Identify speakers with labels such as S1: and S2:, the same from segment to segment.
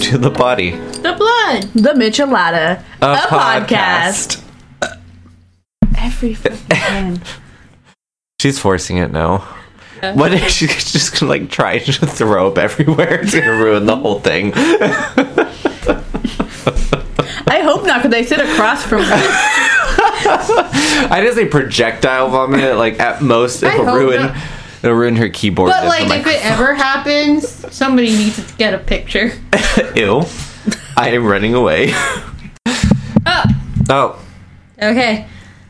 S1: to the body.
S2: The blood.
S3: The Michelada,
S1: A,
S3: Every fucking
S1: She's forcing it now. What if she's just gonna like try and just throw up everywhere? It's gonna ruin the whole thing.
S3: I hope not, because I sit across from her.
S1: I didn't say projectile vomit. Like at most,
S2: I
S1: it'll
S2: hope
S1: ruin
S2: not.
S1: it'll ruin her keyboard.
S2: But
S1: and
S2: like,
S1: the
S2: if it ever happens, somebody needs to get a picture.
S1: mic- ew, I am running away.
S2: Oh,
S1: Oh,
S2: okay.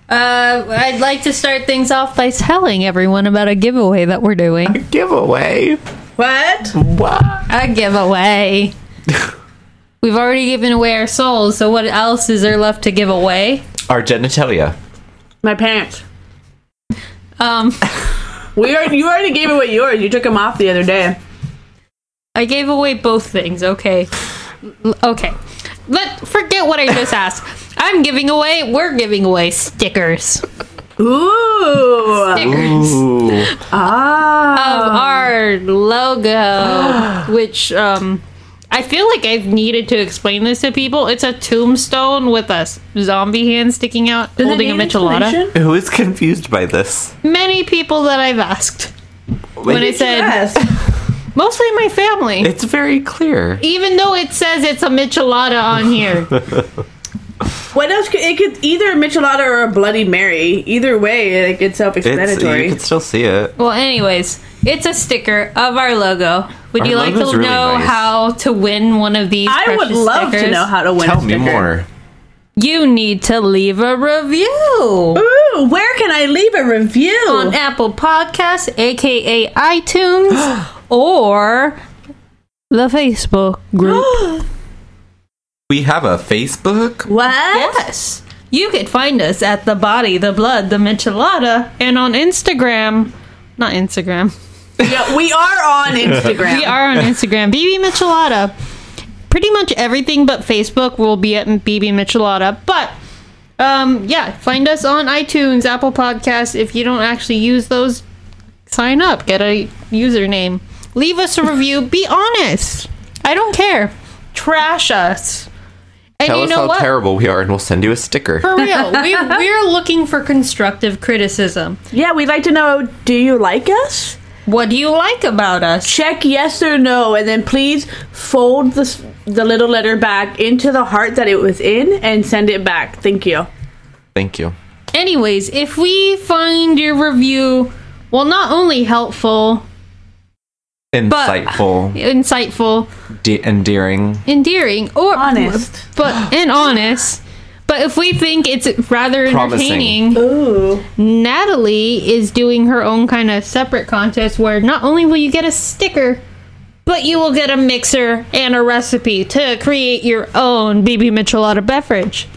S2: Uh, I'd like to start things off by telling everyone about a giveaway that we're doing.
S1: giveaway.
S3: What?
S1: What?
S2: A giveaway. We've already given away our souls, so what else is there left to give away?
S1: Our genitalia.
S3: My parents.
S2: Um,
S3: We are. You already gave away yours. You took them off the other day.
S2: I gave away both things. Okay. L- Okay. Let forget what I just asked. I'm giving away. We're giving away stickers.
S3: Ooh.
S2: Stickers
S1: Ooh.
S3: Ah.
S2: of our logo, which um, I feel like I've needed to explain this to people. It's a tombstone with a s- zombie hand sticking out,
S3: Does it
S2: holding a
S3: need
S2: michelada.
S3: explanation?
S1: Who is confused by this?
S2: Many people that I've asked. When I said
S3: Yes.
S2: mostly my family.
S1: It's very clear.
S2: even though it says it's a michelada on here.
S3: What else? Could, it could either a michelada or a bloody mary. Either way, like, it's
S1: It's,
S3: self-explanatory.
S1: you can still see it.
S2: Well, anyways, it's a sticker of our logo. Would
S1: Our
S2: you like to
S1: logo's really
S2: know
S1: nice.
S2: how to win one of these?
S3: I would
S2: precious
S3: love to
S2: stickers?
S3: know how to win.
S1: Tell
S3: a
S1: me
S3: sticker.
S1: more.
S2: You need to leave a review
S3: Ooh, where can I leave a review?
S2: on Apple Podcasts, aka iTunes, or the Facebook group.
S1: We have a Facebook.
S3: what?
S2: yes. You could find us at the body, the blood, the michelada, and on Instagram. Not Instagram.
S3: Yeah, we are on Instagram.
S2: We are on Instagram, BB Michelada. Pretty much everything but Facebook will be at BB Michelada. But um, yeah, find us on iTunes, Apple Podcasts. If you don't actually use those, sign up, get a username, leave us a review. be honest. I don't care. Trash us. And
S1: Tell
S2: you
S1: us
S2: know
S1: how
S2: what?
S1: terrible we are, and we'll send you a sticker.
S2: For real, we, we're looking for constructive criticism.
S3: Yeah, we'd like to know do you like us?
S2: What do you like about us?
S3: Check yes or no, and then please fold the, s- the little letter back into the heart that it was in and send it back. Thank you.
S1: Thank you.
S2: Anyways, if we find your review, well, not only helpful,
S1: Insightful,
S2: insightful,
S1: de- endearing.
S2: endearing, or
S3: Honest.
S2: but and honest, but if we think it's rather
S1: Promising.
S2: entertaining,
S3: Ooh.
S2: Natalie is doing her own kind of separate contest where not only will you get a sticker, but you will get a mixer and a recipe to create your own BB Michelada beverage.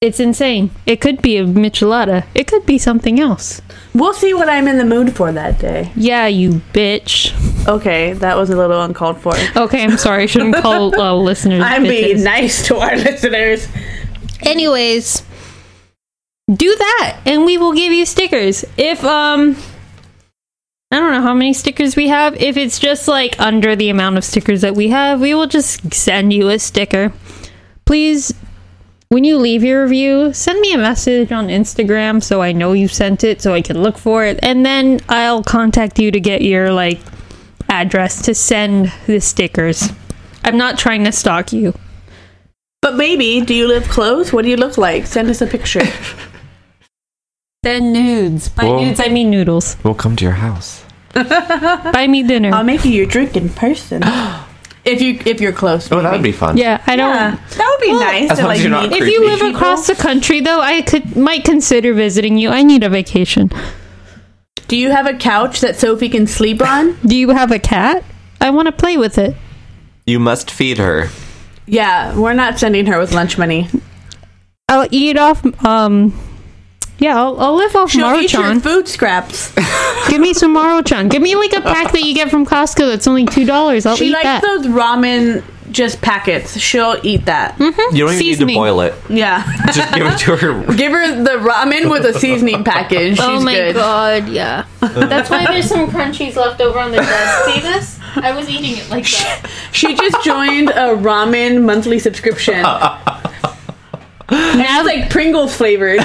S2: It's insane. It could be a Michelada. It could be something else.
S3: We'll see what I'm in the mood for that day.
S2: Yeah, you bitch.
S3: Okay, that was a little uncalled for.
S2: Okay, I'm sorry. I shouldn't call uh, listeners.
S3: I'm being
S2: bitches.
S3: nice to our listeners.
S2: Anyways, do that, and we will give you stickers. If um, I don't know how many stickers we have. If it's just like under the amount of stickers that we have, we will just send you a sticker. Please, when you leave your review, send me a message on Instagram so I know you sent it, so I can look for it, and then I'll contact you to get your like address to send the stickers. I'm not trying to stalk you.
S3: But maybe, do you live close? What do you look like? Send us a picture.
S2: The nudes. By
S1: Well-
S2: nudes, I mean noodles.
S1: We'll come to your house.
S2: Buy me dinner.
S3: I'll make you your drink in person. if you if you're close.
S1: Oh, that would be fun.
S2: yeah, I don't.
S3: Yeah, that would be
S2: Well,
S3: nice.
S1: As
S3: to,
S1: long as
S3: like,
S1: you're not
S3: meet
S2: If you
S1: Creepy.
S2: live across the country, though, I could might consider visiting you. I need a vacation.
S3: Do you have a couch that Sophie can sleep on?
S2: Do you have a cat? I want to play with it.
S1: You must feed her.
S2: Hmm.
S3: yeah, we're not sending her with lunch money.
S2: I'll eat off. Um, yeah, I'll, I'll live off
S3: She'll eat your
S2: Maruchan.
S3: food scraps.
S2: Give me some Maruchan. Give me like a pack that you get from Costco that's only two dollars. I'll
S3: She
S2: eat
S3: likes
S2: that.
S3: those ramen just packets. She'll eat that.
S2: Hmm?
S1: You don't even need
S2: Seasoning.
S1: to boil it.
S3: Yeah.
S1: Just give it to her.
S3: Give her the ramen with a seasoning package. She's
S2: oh my
S3: good.
S2: god, yeah. That's why there's some crunchies left over on the desk. See this? I was eating it like that.
S3: She just joined a ramen monthly subscription. Now it's like Pringles flavored.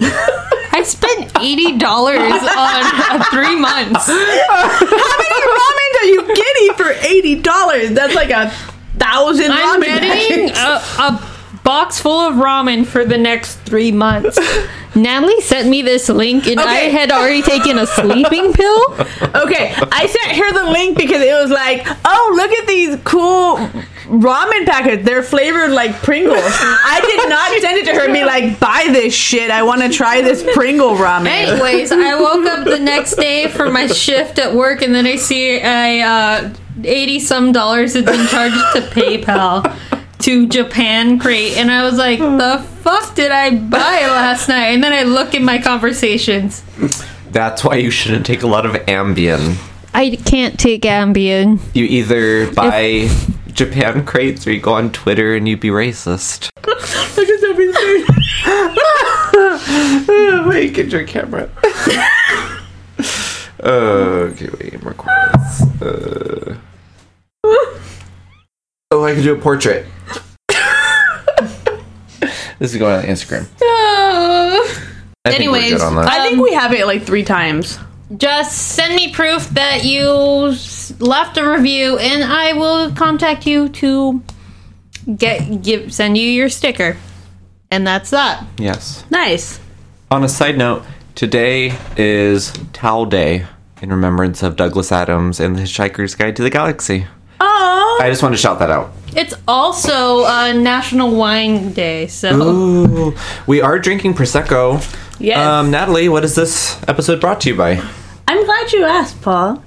S2: I spent eighty dollars on uh, three months.
S3: ramen are you getting for eighty dollars? That's like a thousand
S2: I'm
S3: ramen.
S2: getting
S3: packets.
S2: a, a box full of ramen for the next three months. Natalie sent me this link, and
S3: Okay.
S2: I had already taken a sleeping pill.
S3: Okay, I sent her the link because it was like, oh, look at these cool ramen packets. They're flavored like Pringles. I did not send it to her and be like, buy this shit. I want to try this Pringle ramen.
S2: Anyways, I woke up the next day for my shift at work, and then I see a uh, eighty some dollars had been charged to PayPal to Japan Crate, and I was like, "The fuck did I buy last night?" And then I look in my conversations.
S1: That's why you shouldn't take a lot of Ambien.
S2: I can't take Ambien.
S1: You either buy Japan crates or you go on Twitter and you be racist.
S3: Look at Sophie's face.
S1: wait, get your camera. Uh, okay, wait, I'm recording this. Uh... Oh, I can do a portrait. this is going on Instagram. I think we're good
S2: Oh. Anyways, um,
S1: on that.
S3: I think we have it like three times.
S2: Just send me proof that you s- left a review, and I will contact you to get give send you your sticker, and that's that.
S1: yes.
S3: Nice.
S1: On a side note, today is Towel Day in remembrance of Douglas Adams and the Hitchhiker's Guide to the Galaxy.
S3: Oh,
S1: I just want to shout that out.
S2: It's also uh, National Wine Day, so
S1: Ooh, we are drinking prosecco.
S3: Yes.
S1: Um, Natalie, what is this episode brought to you by?
S3: I'm glad you asked, Paul.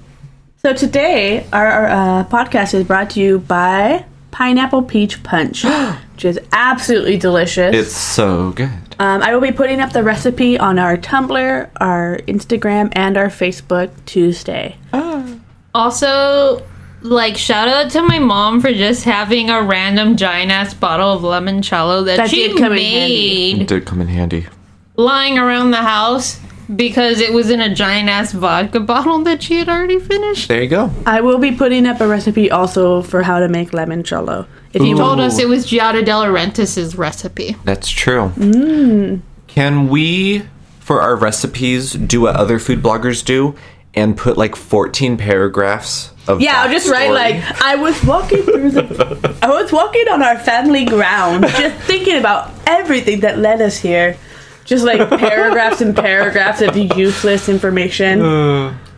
S3: So today, our, our uh, podcast is brought to you by Pineapple Peach Punch, which is absolutely delicious.
S1: It's so good.
S3: Um, I will be putting up the recipe on our Tumblr, our Instagram, and our Facebook Tuesday.
S2: also like shout out to my mom for just having a random giant ass bottle of limoncello that,
S3: That
S2: she
S3: did come in handy.
S2: made
S1: It did come in handy.
S2: lying around the house because it was in a giant ass vodka bottle that she had already finished.
S1: There you go.
S3: I will be putting up a recipe also for how to make limoncello. If you
S2: Told
S3: want,
S2: us it was Giada De Laurentiis' recipe.
S1: That's true.
S3: mm.
S1: Can we, for our recipes, do what other food bloggers do and put like 14 paragraphs of
S3: yeah, I'll just write
S1: backstory?
S3: like I was walking through the, I was walking on our family ground, just thinking about everything that led us here. Just like paragraphs and paragraphs of useless information.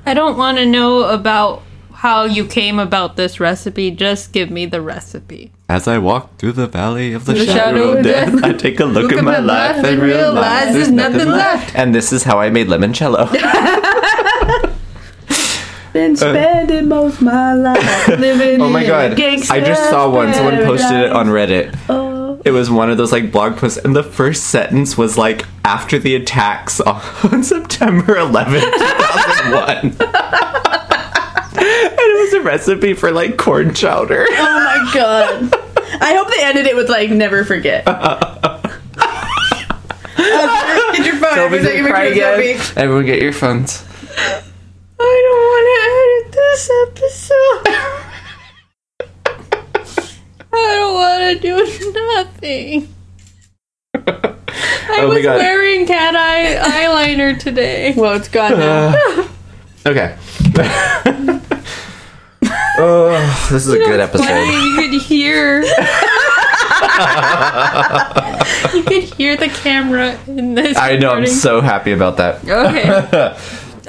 S2: I don't want to know about how you came about this recipe. Just give me the recipe.
S1: As I walk through the valley of the, shadow,
S2: shadow
S1: of
S2: of
S1: death,
S2: death.
S1: I take a look, at my life and realize there's nothing left. And this is how I made limoncello.
S3: Been spending most my life living.
S1: oh my god! I just saw one. Someone posted it on Reddit. It was one of those like blog posts, and the first sentence was like, "After the attacks on September 11, 2001." and it was a recipe for like corn chowder.
S3: Oh my god. I hope they ended it with like never forget. Get your phone.
S1: Sophie's
S3: Every second
S1: gonna cry
S3: picture of
S1: again.
S3: Sophie.
S1: Everyone, get your phones.
S3: I don't want to edit this episode.
S2: I don't want to do nothing. I
S1: Oh my
S2: was
S1: God.
S2: wearing cat eye eyeliner today.
S3: well, it's gone now.
S1: Okay. oh, Uh, this is a good episode.
S2: Funny, you could hear. you could hear the camera in this.
S1: I know. I'm
S2: recording.
S1: so happy about that.
S2: okay.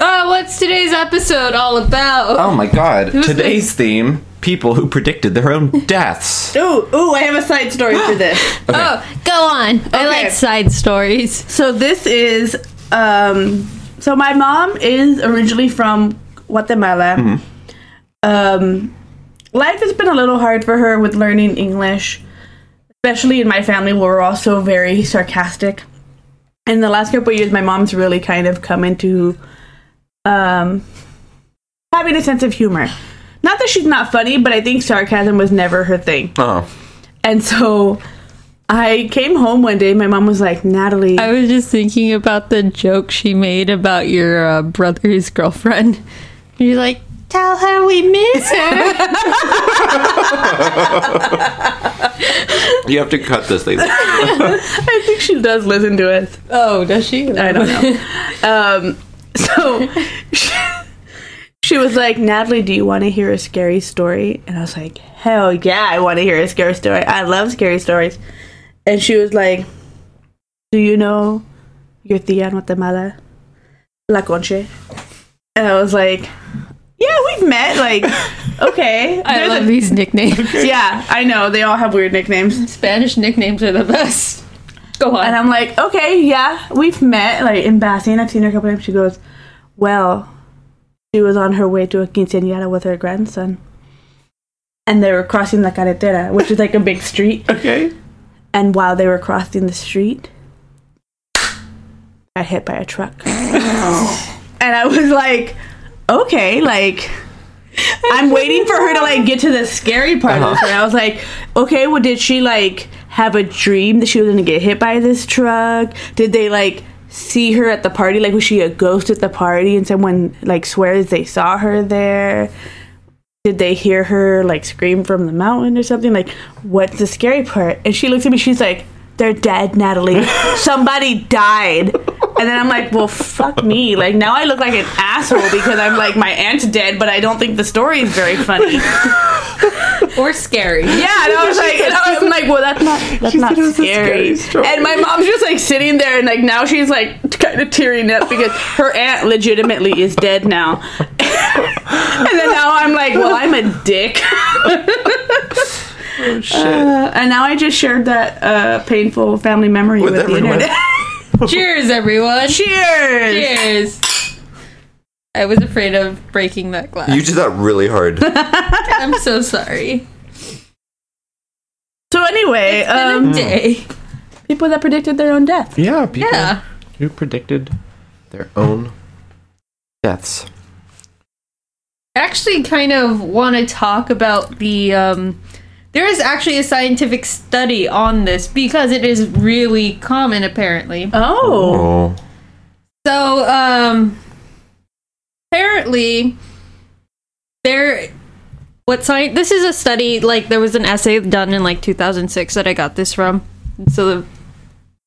S2: Oh, what's today's episode all about?
S1: Oh my god.
S2: Who's
S1: Today's theme people who predicted their own deaths.
S3: Ooh, ooh, I have a side story for this.
S2: Oh, go on. I like side stories.
S3: So this is um so my mom is originally from Guatemala. Um life has been a little hard for her with learning English. Especially in my family where we're also very sarcastic. In the last couple of years my mom's really kind of come into um having a sense of humor. Not that she's not funny, but I think sarcasm was never her thing.
S1: Oh.
S3: And so I came home one day, my mom was like, Natalie,
S2: I was just thinking about the joke she made about your uh, brother's girlfriend. You're like, Tell her we miss her.
S1: You have to cut this thing.
S3: I think she does listen to us.
S2: oh, does she?
S3: I don't know. um, so she, she was like, Natalie, do you want to hear a scary story? And I was like, hell yeah, I want to hear a scary story. I love scary stories. And she was like, do you know your tía en Guatemala? La Conche. And I was like, yeah, we've met. Like, okay.
S2: I
S3: There's
S2: love
S3: a-
S2: these nicknames.
S3: yeah, I know. They all have weird nicknames.
S2: Spanish nicknames are the best. Go on.
S3: And I'm like, okay, yeah, we've met, like in Bassin. I've seen her a couple times. She goes, well, she was on her way to a quinceañera with her grandson. And they were crossing La Carretera, which is like a big street.
S1: okay.
S3: And while they were crossing the street, got hit by a truck. and I was like, okay, like. I'm waiting for her to like get to the scary part of this, and I was like, okay, well, did she like have a dream that she was gonna get hit by this truck? Did they like see her at the party? Like, was she a ghost at the party, and someone like swears they saw her there? Did they hear her like scream from the mountain or something? Like, what's the scary part? And she looks at me, she's like, they're dead, Natalie. Somebody died. And then I'm like, well, fuck me. Like, now I look like an asshole because I'm like, my aunt's dead, but I don't think the story is very funny.
S2: or scary.
S3: Yeah, and I was like, and I was like, well, that's not that's
S1: She
S3: not
S1: said it was a scary
S3: scary.
S1: story.
S3: and my mom's just like sitting there, and like now she's like kind of tearing up because her aunt legitimately is dead now. and then now I'm like, well, I'm a dick.
S1: Oh, shit.
S3: Uh, and now I just shared that uh, painful family memory with,
S1: With
S3: the
S1: everyone.
S3: internet.
S2: Cheers, everyone.
S3: Cheers!
S2: Cheers. I was afraid of breaking that glass.
S1: you did that really hard.
S2: I'm so sorry.
S3: So anyway, um,
S2: Been a day.
S3: people that predicted their own death.
S1: yeah, people
S2: Yeah.
S1: who predicted their own deaths.
S2: I actually kind of want to talk about the um there is actually a scientific study on this because it is really common apparently.
S1: Oh.
S3: Oh,
S2: So, um, apparently, there. What science? This is a study. Like there was an essay done in like 2006 that I got this from. So the,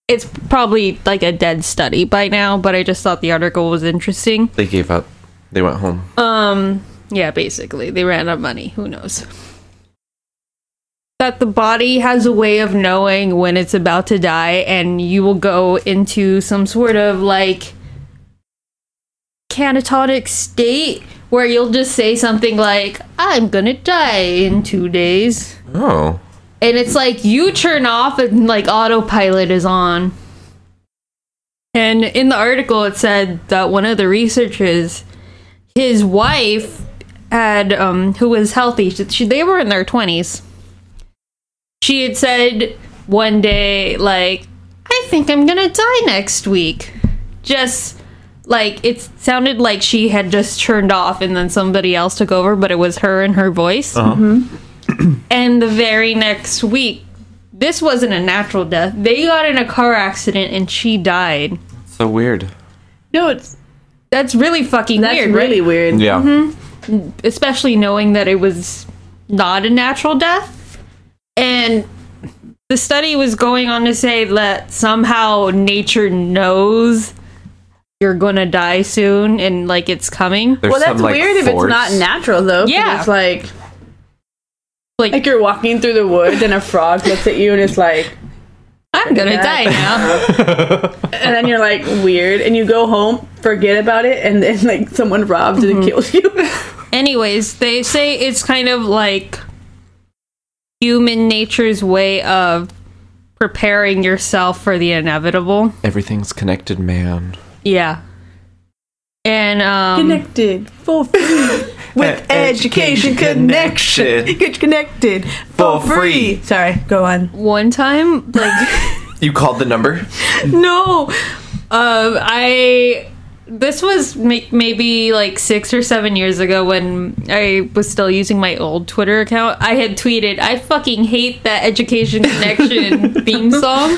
S2: it's probably like a dead study by now, but I just thought the article was interesting.
S1: They gave up. They went home.
S2: Um, yeah, basically, they ran out of money. Who knows? That the body has a way of knowing when it's about to die, and you will go into some sort of like catatonic state where you'll just say something like, I'm gonna die in two days.
S1: Oh.
S2: And it's like you turn off and like autopilot is on. And in the article, it said that one of the researchers, his wife had, um, who was healthy, she, they were in their 20s. She had said one day, like, I think I'm gonna die next week. Just like it sounded like she had just turned off and then somebody else took over, but it was her and her voice. And the very next week, this wasn't a natural death. They got in a car accident and she died.
S1: So weird.
S3: no, it's
S2: That's really fucking
S3: that's
S2: weird,
S3: really weird.
S1: Yeah.
S2: right? Especially knowing that it was not a natural death. And the study was going on to say that somehow nature knows you're gonna die soon and like it's coming.
S1: There's
S3: Well, that's
S1: some, like,
S3: weird if it's
S1: force.
S3: not natural though. 'cause
S2: Yeah.
S3: it's like
S2: Like,
S3: Like you're walking through the woods and a frog looks at you and it's like,
S2: I'm gonna
S3: Yeah.
S2: die now.
S3: and then you're like weird, and you go home, forget about it, and then like someone robs and
S2: Mm-hmm.
S3: kills you.
S2: anyways, they say it's kind of like human nature's way of preparing yourself for the inevitable.
S1: Everything's connected, man.
S2: Yeah. And um
S3: connected for free with
S1: E-
S3: education
S1: education
S3: connection.
S1: connection.
S3: Get connected
S1: For
S3: for free.
S1: free.
S3: Sorry, go on.
S2: one time like
S1: You called the number?
S2: no um I this was ma- maybe like 6 or 7 years ago when I was still using my old Twitter account. I had tweeted, "I fucking hate that education connection theme song."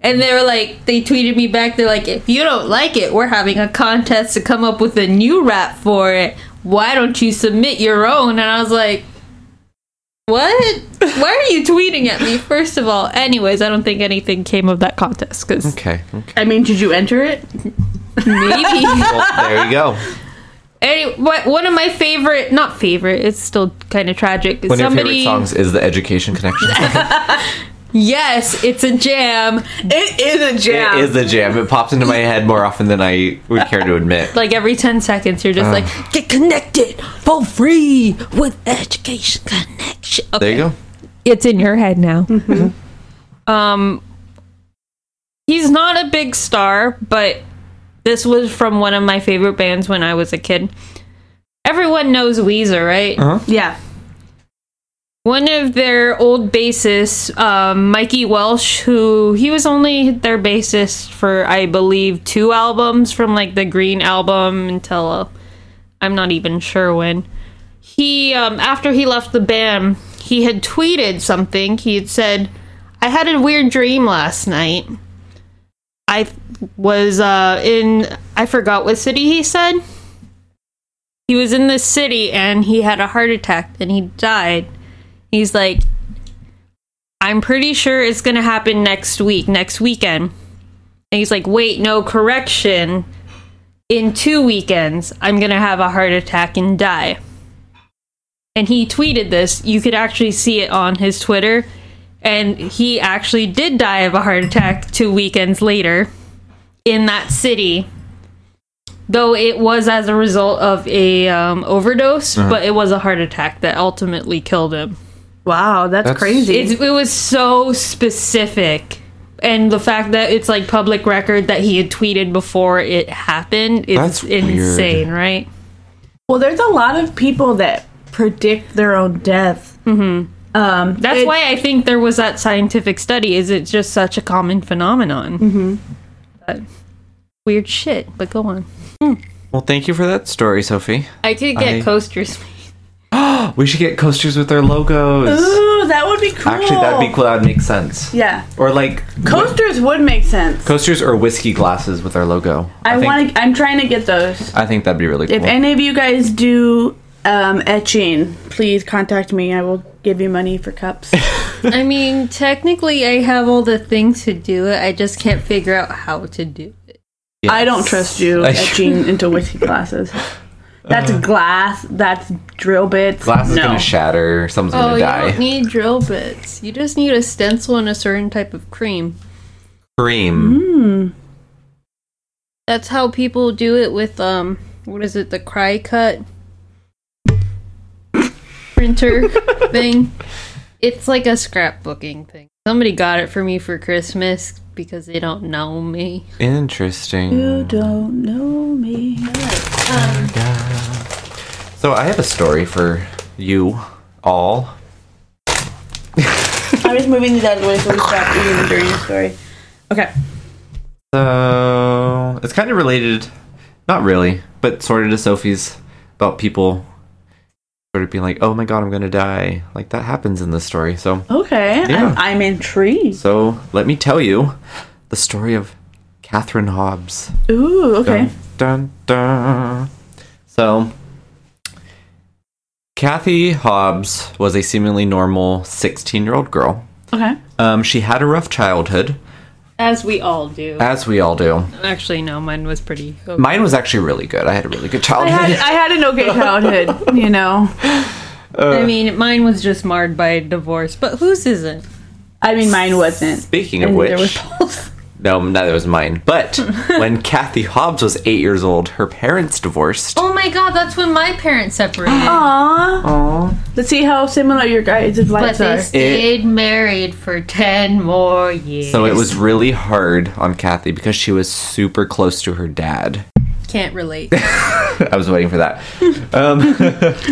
S2: And they were like, they tweeted me back. They're like, if you don't like it, we're having a contest to come up with a new rap for it. why don't you submit your own? And I was like, what? Why are you tweeting at me, first of all? Anyways, I don't think anything came of that contest because
S1: Okay. okay.
S3: I mean, did you enter it?
S2: maybe.
S1: Well, there you go.
S2: Any, what, one of my favorite, not favorite, it's still kind of tragic.
S1: One of your favorite songs is the Education Connection. song.
S2: Yes, it's a jam.
S3: It is a jam.
S1: It is the jam. It pops into my head more often than I would care to admit.
S2: Like every 10 seconds, you're
S1: Uh.
S2: just like, get connected for free with Education Connection. Okay.
S1: There you go.
S2: it's in your head now. Um, he's not a big star, but this was from one of my favorite bands when I was a kid. Everyone knows Weezer, right?
S3: yeah.
S2: One of their old bassists, um, Mikey Welsh, who he was only their bassist for, I believe, two albums from like the Green album until uh, I'm not even sure when. He, um, after he left the band, he had tweeted something. He had said, I had a weird dream last night. I was uh, in, I forgot what city he said. He was in this city and he had a heart attack and he died. He's like, I'm pretty sure it's going to happen next week, next weekend. And he's like, wait, no, correction. In two weekends, I'm going to have a heart attack and die. And he tweeted this. You could actually see it on his Twitter. And he actually did die of a heart attack two weekends later in that city. Though it was as a result of a um, overdose,
S1: Uh-huh.
S2: but it was a heart attack that ultimately killed him.
S3: Wow, that's,
S1: That's-
S3: crazy.
S2: It's, it was so specific. And the fact that it's like public record that he had tweeted before it happened is
S1: That's weird.
S2: insane, right?
S3: well, there's a lot of people that predict their own death. Mm-hmm. Um,
S2: That's
S3: it-
S2: why I think there was that scientific study. Is it's just such a common phenomenon? Mm-hmm. But weird shit. But go on.
S1: Well, thank you for that story, Sophie.
S2: I could get
S1: I-
S2: coasters.
S1: Oh, We should get coasters with their logos.
S3: Ooh, that would be cool.
S1: Actually, that'd be cool. That would make sense.
S3: Yeah,
S1: Or like
S3: coasters would make sense.
S1: coasters or whiskey glasses with our logo.
S3: I
S1: think-
S3: want to. I'm trying to get those.
S1: I think that'd be really cool.
S3: If any of you guys do um, etching, please contact me. I will give you money for cups.
S2: I mean, technically, I have all the things to do it. I just can't figure out how to do it.
S3: I don't trust you
S1: Like-
S3: etching into whiskey glasses. That's glass. That's drill bits.
S1: Uh. Glass is
S3: no.
S1: gonna shatter. Someone's
S2: Oh,
S1: gonna
S2: you
S1: die.
S2: don't need drill bits. You just need a stencil and a certain type of cream.
S1: Cream.
S3: Mm-hmm.
S2: That's how people do it with um what is it, the cry cut printer thing. It's like a scrapbooking thing. Somebody got it for me for Christmas because they don't know me.
S1: Interesting.
S3: You don't know me.
S1: So I have a story for you all.
S3: I'm just moving these out of the way so we stop eating during the story. Okay.
S1: So it's kind of related, not really, but sort of to Sophie's about people sort of being like, "Oh my god, I'm gonna die." Like that happens in this story. So
S3: Okay.
S1: Yeah.
S3: I'm, I'm intrigued.
S1: So let me tell you the story of Catherine Hobbs.
S3: Ooh. Okay.
S1: Dun, dun, dun. So, Kathy Hobbs was a seemingly normal 16 year old girl.
S3: Okay.
S1: Um, she had a rough childhood,
S2: As we all do.
S1: as we all do.
S2: Actually no, mine was pretty
S1: Mine was actually really good. I had a really good
S3: I had
S1: childhood.
S3: I had an okay childhood. You know.
S2: I mean mine was just marred by divorce, but whose isn't?
S3: I mean, mine wasn't.
S1: Speaking of
S3: And
S1: which,
S3: there was both.
S1: no, neither was mine. But when Kathy Hobbs was eight years old, her parents divorced.
S2: Oh my god, that's when my parents separated.
S3: Aww. Let's see how similar your guys'
S2: but
S3: lives
S2: they
S3: are.
S2: stayed married for ten more years.
S1: So it was really hard on Kathy because she was super close to her dad.
S2: can't relate.
S1: I was waiting for that.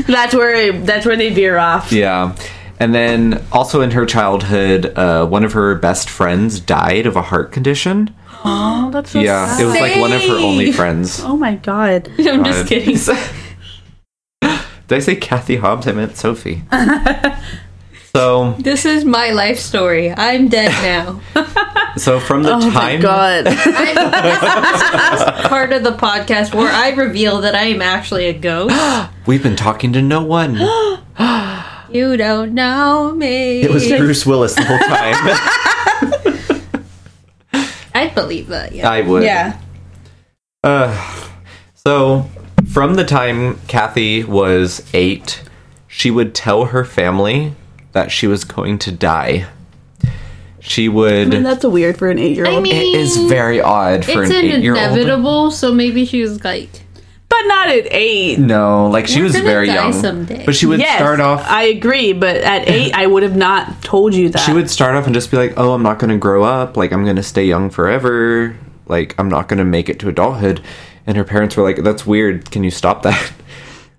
S3: That's where that's where they veer off.
S1: Yeah. And then also in her childhood, uh, one of her best friends died of a heart condition.
S3: Oh, that's so
S1: yeah.
S3: sad.
S1: It was like one of her only
S2: Same.
S1: friends.
S3: oh my god.
S2: I'm just kidding.
S1: Did I say Kathy Hobbs? I meant Sophie. so
S2: This is my life story. I'm dead now.
S1: So from the
S4: Oh my
S1: time
S4: god.
S2: part of the podcast where I reveal that I am actually a ghost.
S1: we've been talking to no one,
S2: you don't know me.
S1: it was Bruce Willis the whole time.
S2: I believe that. Yeah.
S1: I would.
S3: Yeah.
S1: Uh, so, from the time Kathy was eight, she would tell her family that she was going to die. She would.
S3: And that's weird for an eight year
S2: I
S3: old.
S2: mean,
S1: it is very odd for
S2: it's
S1: an
S2: an
S1: eight-year-old.
S2: inevitable, so maybe she was like,
S3: But not at eight.
S1: No, like she
S2: We're
S1: was
S2: gonna
S1: very
S2: die
S1: young.
S2: someday.
S1: But she would
S3: Yes,
S1: start off.
S3: I agree, but at eight, I would have not told you that.
S1: she would start off and just be like, "Oh, I'm not going to grow up. Like I'm going to stay young forever. Like I'm not going to make it to adulthood." And her parents were like, "That's weird. Can you stop that?"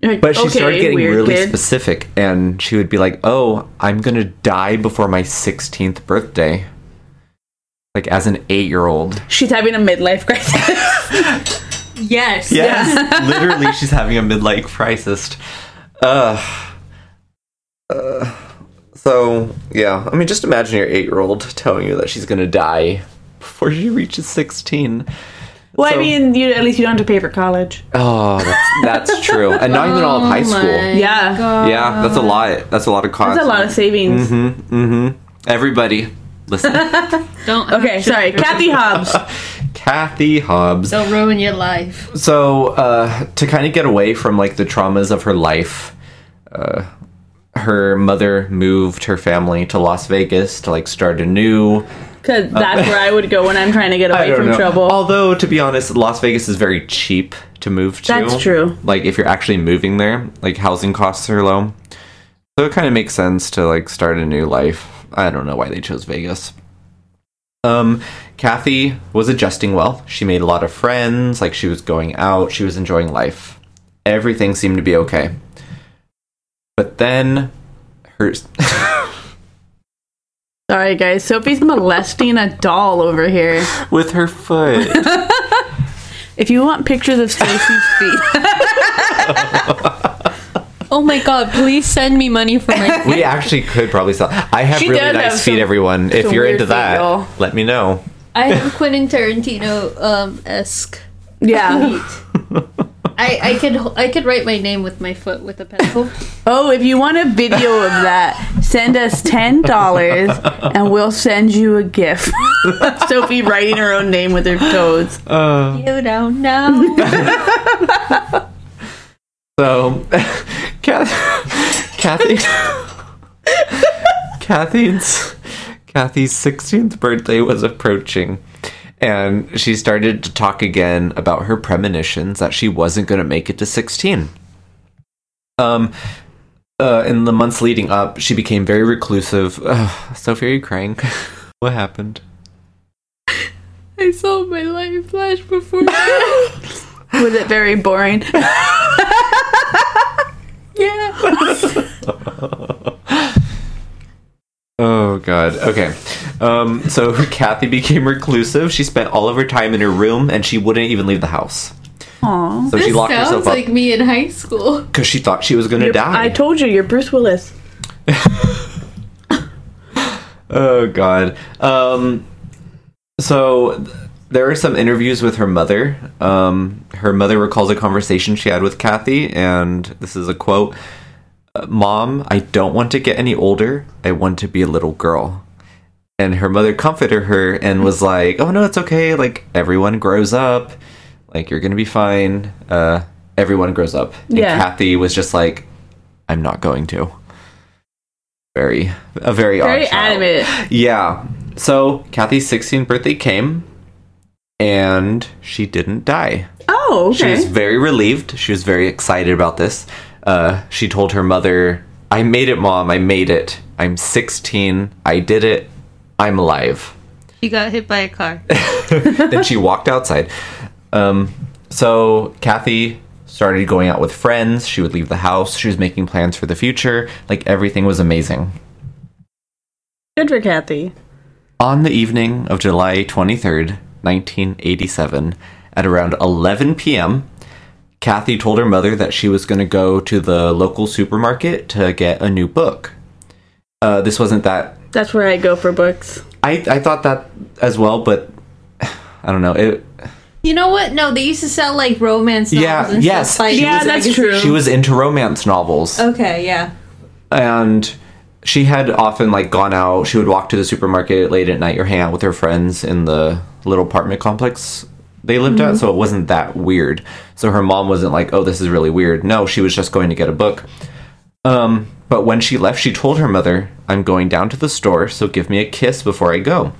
S3: Like,
S1: But she
S3: okay,
S1: started getting
S3: weird
S1: really
S3: kid.
S1: specific, and she would be like, "Oh, I'm gonna die before my 16th birthday." Like as an eight-year-old.
S3: She's having a midlife crisis.
S2: yes.
S1: Yes, literally, she's having a midlife crisis. Uh, uh, so yeah, I mean, just imagine your eight-year-old telling you that she's gonna die before she reaches 16.
S3: well,
S1: So-
S3: I mean, you, at least you don't have to pay for college.
S1: Oh, that's, that's true, and not even all of high
S2: Oh
S1: school.
S2: my
S3: Yeah.
S2: God.
S1: Yeah, that's a lot. That's a lot of cost.
S3: Oh That's a lot of savings.
S1: Mm-hmm. Everybody, listen.
S2: Don't.
S3: Okay, sorry. Kathy Hobbs.
S1: Kathy Hobbs.
S2: They'll ruin your life.
S1: So, uh, to kind of get away from like the traumas of her life, uh, her mother moved her family to Las Vegas to like start anew.
S3: Because that's where I would go when I'm trying to get
S1: I
S3: away
S1: don't
S3: from
S1: know.
S3: trouble.
S1: Although, to be honest, Las Vegas is very cheap to move to.
S3: That's true.
S1: Like, if you're actually moving there, like housing costs are low. So it kind of makes sense to like start a new life. I don't know why they chose Vegas. Um, Kathy was adjusting well. She made a lot of friends. Like she was going out. She was enjoying life. Everything seemed to be okay. But then, her
S3: Sorry, guys. Sophie's molesting a doll over here.
S1: with her foot.
S3: If you want pictures of Stacy's feet,
S2: Oh my god! Please send me money for my.
S1: We actually could probably sell. I have
S3: She
S1: really
S3: does have
S1: nice feet,
S3: some-
S1: everyone. If
S3: some
S1: you're
S3: weird
S1: into
S3: feet,
S1: that,
S3: y'all.
S1: let me know.
S2: I have Quentin Tarantino um esque.
S3: yeah.
S2: feet. I I could I could write my name with my foot with a pencil.
S3: Oh, if you want a video of that, send us ten dollars and we'll send you a gift. Sophie writing her own name with her toes.
S2: you don't know.
S1: So, Kath- Kathy, Kathy's Kathy's 16th birthday was approaching, and she started to talk again about her premonitions that she wasn't going to make it to 16. Um, uh, in the months leading up, she became very reclusive. Ugh, Sophie, are you crying? what happened?
S2: I saw my life flash before. me.
S3: Was it very boring?
S2: yeah.
S1: Oh god. Okay. Um, so Kathy became reclusive. She spent all of her time in her room, and she wouldn't even leave the house.
S3: Aww.
S1: So she
S2: This
S1: locked herself
S2: sounds like
S1: up
S2: me in high school.
S1: because she thought she was going to die.
S3: I told you, you're Bruce Willis.
S1: oh god. Um, so th- there are some interviews with her mother. Um, her mother recalls a conversation she had with Kathy, and this is a quote: "Uh, "Mom, I don't want to get any older. I want to be a little girl." and her mother comforted her and was like, "Oh no, it's okay. Like everyone grows up. Like you're gonna be fine. Uh, everyone grows up." And
S3: Yeah.
S1: Kathy was just like, "I'm not going to." Very, a very, odd
S3: Very
S1: child.
S3: adamant.
S1: Yeah. So Kathy's 16th birthday came, and she didn't die.
S3: Oh,
S1: She
S3: okay.
S1: was very relieved. She was very excited about this. Uh, she told her mother, I made it, mom. I made it. I'm 16. I did it. I'm alive.
S2: She got hit by a car.
S1: then she walked outside. Um, so Kathy started going out with friends. She would leave the house. She was making plans for the future. Like everything was amazing.
S3: Good for Kathy.
S1: On the evening of July 23rd, 1987, at around 11 p.m., Kathy told her mother that she was going to go to the local supermarket to get a new book. Uh, this wasn't that.
S3: That's where I go for books.
S1: I I thought that as well, but I don't know. It
S2: You know what? No, they used to sell like romance novels
S1: Yeah,
S2: and
S1: yes,
S2: stuff. Like,
S1: she
S3: Yeah, was- that's true.
S1: she was into romance novels.
S2: Okay, yeah.
S1: and she had often like gone out she would walk to the supermarket late at night or hang out with her friends in the little apartment complex they lived
S2: Mm-hmm.
S1: at so it wasn't that weird so her mom wasn't like oh this is really weird no she was just going to get a book um, but when she left she told her mother i'm going down to the store so give me a kiss before i go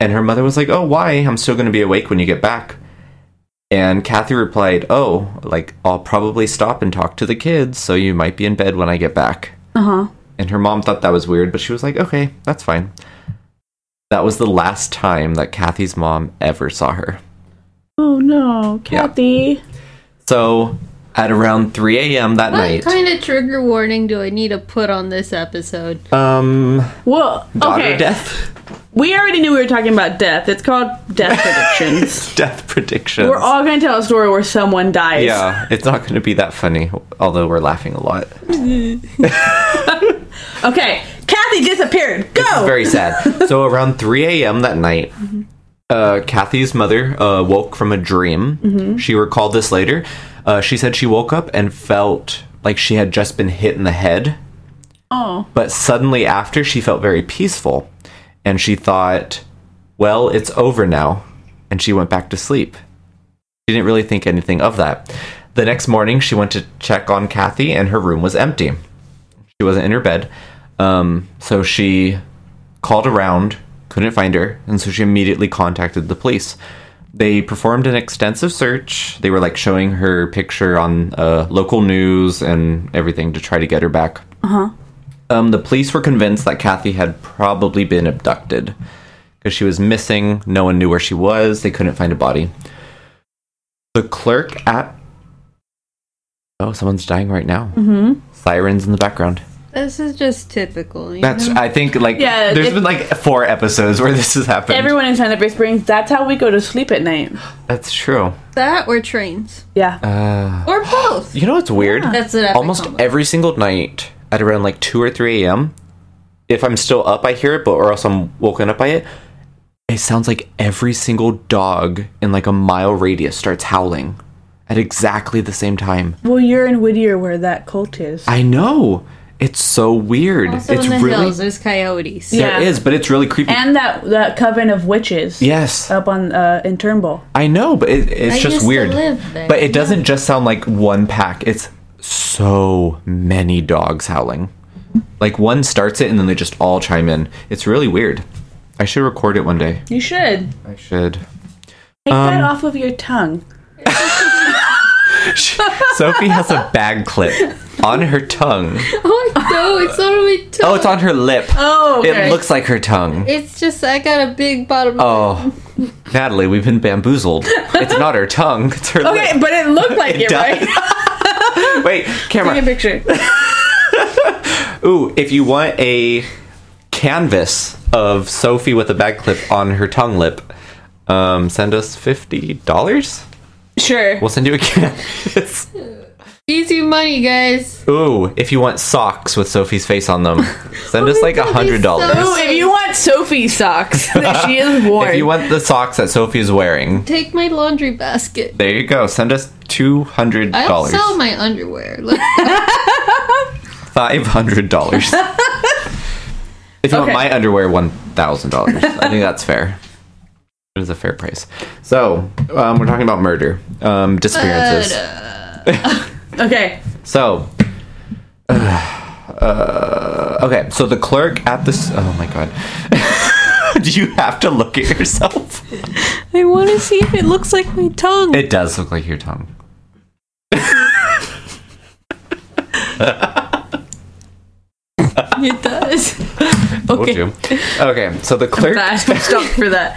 S1: and her mother was like oh why i'm still going to be awake when you get back and kathy replied oh like i'll probably stop and talk to the kids so you might be in bed when i get back
S2: Uh-huh.
S1: and her mom thought that was weird, but she was like, okay, that's fine. That was the last time that Kathy's mom ever saw her.
S3: Oh no, Kathy.
S1: So at around 3 a.m. that
S2: What
S1: night,
S2: kind of trigger warning do I need to put on this episode?
S1: um,
S3: Well,
S1: daughter
S3: okay.
S1: death,
S3: We already knew we were talking about death. It's called death predictions.
S1: death predictions.
S3: we're all gonna tell a story where someone dies.
S1: yeah, it's not going to be that funny, although we're laughing a lot.
S3: Okay. Kathy disappeared. Go.
S1: Very sad. so around 3 a.m. that night, uh, Kathy's mother uh, woke from a dream. She recalled this later. Uh, she said she woke up and felt like she had just been hit in the head.
S3: oh.
S1: But suddenly after, she felt very peaceful and she thought, well, it's over now. And she went back to sleep. She didn't really think anything of that. The next morning, she went to check on Kathy and her room was empty. She wasn't in her bed. Um, so she called around, couldn't find her, and so she immediately contacted the police. They performed an extensive search. They were like showing her picture on uh, local news and everything to try to get her back. Um, the police were convinced that Kathy had probably been abducted because she was missing. No one knew where she was. They couldn't find a body. The clerk at oh, someone's dying right now. Mm-hmm. Sirens in the background.
S2: This is just typical. you
S1: That's
S2: know?
S1: I think like
S3: Yeah,
S1: there's
S3: it-
S1: been like four episodes where this has happened.
S3: Everyone in Santa Fe Springs. That's how we go to sleep at night.
S1: That's true.
S2: that or trains
S3: Yeah.
S2: or both.
S1: You know what's weird?
S2: That's an epic
S1: Almost
S2: combo.
S1: every single night at around like two or three a.m. If I'm still up, I hear it, but or else I'm woken up by it. It sounds like every single dog in like a mile radius starts howling at exactly the same time.
S3: well, you're in Whittier where that cult is.
S1: I know it's so weird.
S2: also
S1: it's
S2: in the
S1: really
S2: hills, there's coyotes.
S1: there
S3: Yeah.
S1: is, but it's really creepy.
S3: and that that coven of witches.
S1: yes,
S3: Up on uh, in Turnbull.
S1: I know, but it, it's
S2: I
S1: just
S2: used to
S1: weird.
S2: live there.
S1: But it doesn't just sound like one pack. It's so many dogs howling. Like one starts it and then they just all chime in. It's really weird. I should record it one day.
S3: You should
S1: I should.
S3: take
S1: Um,
S3: that off of your tongue.
S1: Sophie has a bag clip on her tongue.
S2: Oh no, it's not on my tongue.
S1: Oh, it's on her lip.
S3: Oh,
S1: It looks like her tongue.
S2: It's just I got a big bottom.
S1: Oh, Natalie, we've been bamboozled. It's not her tongue. It's her
S3: Okay,
S1: lip.
S3: but it looked like it,
S1: does.
S3: right?
S1: Wait, camera.
S3: Take a picture.
S1: Ooh, if you want a canvas of Sophie with a bag clip on her tongue lip, um, send us fifty dollars.
S3: Sure.
S1: We'll send you a canvas.
S2: Easy money, guys.
S1: Ooh, if you want socks with Sophie's face on them, send
S2: Oh
S1: us
S2: my
S1: like a
S2: God, these
S1: hundred dollars.
S3: Ooh, if you want Sophie socks that she is worn,
S1: If you want the socks that Sophie's wearing,
S2: Take my laundry basket.
S1: there you go. Send us two hundred
S2: I don't
S1: dollars. Uh.
S2: sell my underwear. Like,
S1: Five hundred dollars. if you want
S3: Okay.
S1: my underwear, one thousand dollars. I think that's fair. It is a fair price. So um, we're talking about murder, um, disappearances.
S3: okay.
S1: So, uh, okay. So the clerk at this. Oh my god. Do you have to look at yourself?
S2: I want to see if it looks like my tongue.
S1: It does look like your tongue.
S2: It does.
S1: Told you. Okay. So the clerk.
S3: That I'm stumped for that.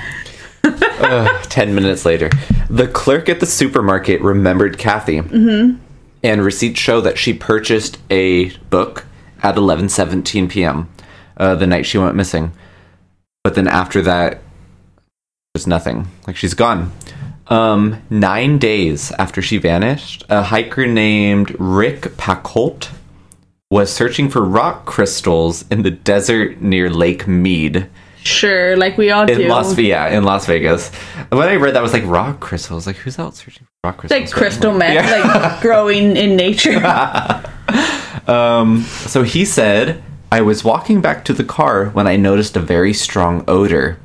S1: Ten minutes later, the clerk at the supermarket remembered Kathy, mm-hmm. and receipts show that she purchased a book at eleven seventeen p.m. Uh, the night she went missing. But then after that, there's nothing. Like she's gone. Um, nine days after she vanished, a hiker named Rick Pacolt was searching for rock crystals in the desert near Lake Mead.
S3: Sure, like we all
S1: in
S3: do.
S1: Las Vegas. Yeah, in Las Vegas. And when I read that, I was like rock crystals. Like who's out searching for rock crystals?
S3: like crystal
S1: right now?
S3: meth,
S1: Yeah.
S3: like growing in nature.
S1: Um, so he said, I was walking back to the car when I noticed a very strong odor.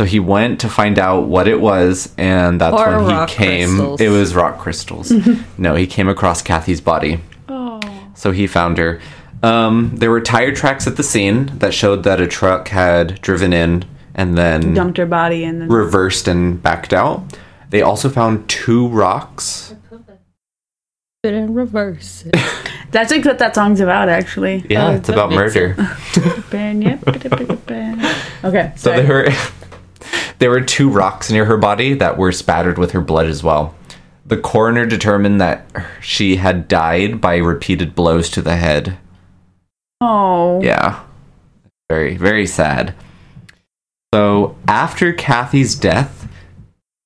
S1: So he went to find out what it was, and that's
S2: Or
S1: when he
S2: rock
S1: came.
S2: crystals.
S1: It was rock crystals. no, he came across Kathy's body.
S2: Oh.
S1: So he found her. Um, there were tire tracks at the scene that showed that a truck had driven in and then
S3: Dumped her body and then
S1: reversed and backed out. They also found two rocks.
S2: Put it in reverse.
S3: That's like what that song's about, actually.
S1: Yeah,
S2: Oh,
S1: it's
S2: that
S1: about
S2: makes
S1: murder.
S3: okay.
S1: So
S3: sorry.
S1: there were there were two rocks near her body that were spattered with her blood as well. The coroner determined that she had died by repeated blows to the head.
S3: oh,
S1: Yeah. Very, very sad. So after Kathy's death,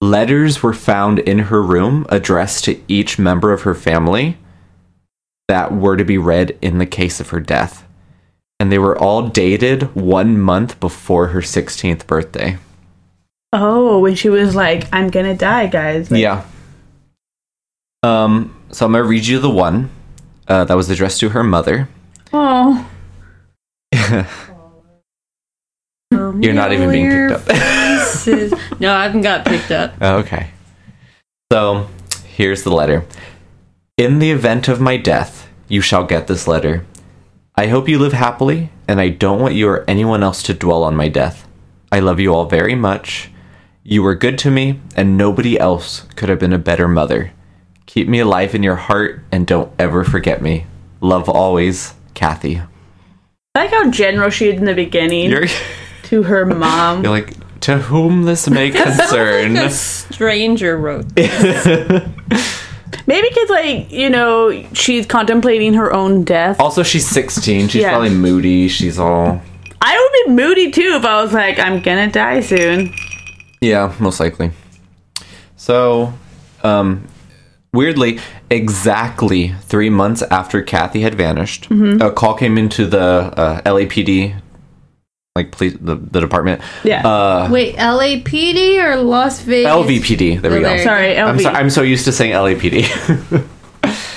S1: letters were found in her room addressed to each member of her family that were to be read in the case of her death. And they were all dated one month before her 16th birthday.
S3: oh, when she was like, "I'm gonna die, guys." Like,
S1: yeah. Um, so I'm going to read you the one uh, that was addressed to her mother.
S3: Oh,
S1: You're not even being picked up. Oh,
S2: Faces. No, I haven't got picked up.
S1: Okay. So, here's the letter. In the event of my death, you shall get this letter. I hope you live happily, and I don't want you or anyone else to dwell on my death. I love you all very much. You were good to me, and nobody else could have been a better mother. Keep me alive in your heart, and don't ever forget me. Love always, Kathy.
S3: I like how general she is in the beginning
S1: You're,
S3: to her mom.
S1: you're like, to whom this may concern.
S2: A stranger wrote. this.
S3: Maybe because, like, you know, she's contemplating her own death.
S1: Also, she's 16. She's
S3: Yeah.
S1: probably moody. She's all.
S3: I would be moody too if I was like, "I'm gonna die soon."
S1: Yeah, most likely. So, um, weirdly, exactly three months after Kathy had vanished,
S3: Mm-hmm.
S1: a call came into the uh, LAPD, like police, the, the department.
S3: Yeah.
S1: Uh,
S2: Wait, LAPD or Las Vegas?
S1: LVPD. There we
S2: Oh,
S1: go.
S2: there you go.
S3: Sorry, LV.
S1: I'm, so, I'm so used to saying LAPD.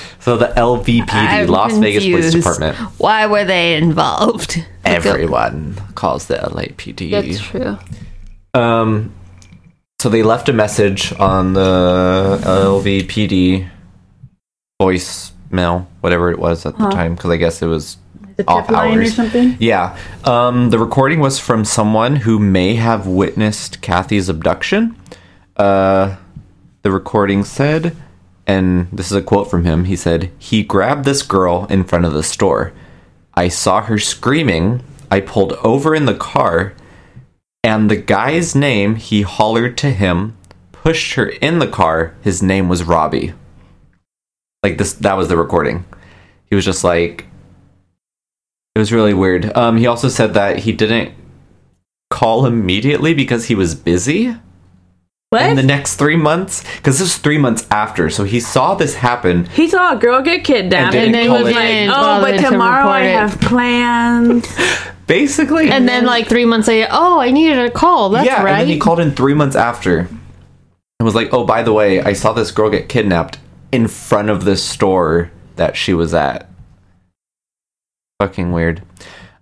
S1: so the LVPD,
S2: I'm
S1: Las Vegas Police
S2: confused.
S1: Department.
S2: Why were they involved?
S1: Everyone calls the LAPD.
S2: That's true.
S1: Um, so they left a message on the LVPD voicemail, whatever it was at the time, because I guess it was
S3: the
S1: off
S3: tip line or
S1: hours.
S3: something.
S1: Yeah. Um, the recording was from someone who may have witnessed Kathy's abduction. Uh, the recording said, and this is a quote from him he said, He grabbed this girl in front of the store. I saw her screaming. I pulled over in the car, and the guy's name, he hollered to him, pushed her in the car. His name was Robbie. Like this, that was the recording. He was just like, it was really weird. Um, he also said that he didn't call immediately because he was busy in
S3: What?
S1: the next three months. Because this was three months after, so he saw this happen.
S3: he saw a girl get kidnapped,
S1: And didn't
S3: and, then
S1: call
S3: he was
S1: it.
S3: like,
S2: Didn't
S3: "Oh,
S2: bother
S3: but
S2: to
S3: tomorrow I
S2: report it."
S3: have plans."
S1: Basically,
S2: And then, like three months later, oh, I needed a call. That's
S1: yeah,
S2: right.
S1: and then he called in three months after and was like, "Oh, by the way, I saw this girl get kidnapped in front of the store that she was at." Fucking weird.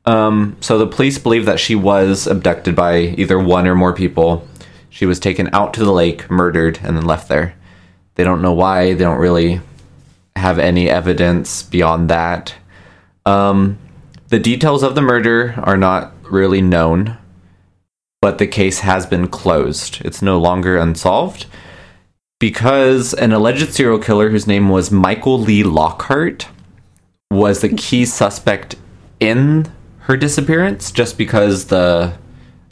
S1: Um, so the police believe that she was abducted by either one or more people. She was taken out to the lake, murdered, and then left there. They don't know why. They don't really have any evidence beyond that. Um, the details of the murder are not really known but the case has been closed. It's no longer unsolved because an alleged serial killer whose name was Michael Lee Lockhart was the key suspect in her disappearance just because the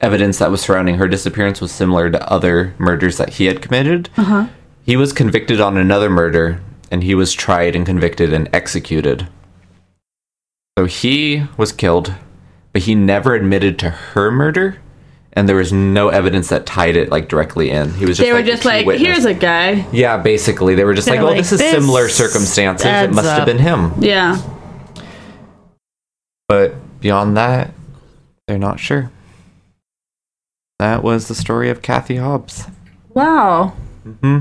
S1: evidence that was surrounding her disappearance was similar to other murders that he had committed.
S3: Uh-huh.
S1: He was convicted on another murder and he was tried and convicted and executed. So he was killed, but he never admitted to her murder, and there was no evidence that tied it like directly in. He was just
S3: They were
S1: like, the
S3: just
S1: key
S3: like,
S1: witness.
S3: "Here's a guy."
S1: yeah, basically they were just like,
S2: They're
S1: "Well,
S2: like,
S1: this is
S2: this
S1: similar circumstances. It
S2: adds
S1: must have
S2: up."
S1: been him."
S3: Yeah.
S1: But beyond that, they're not sure. that was the story of Kathy Hobbs.
S3: Wow.
S1: Mm-hmm.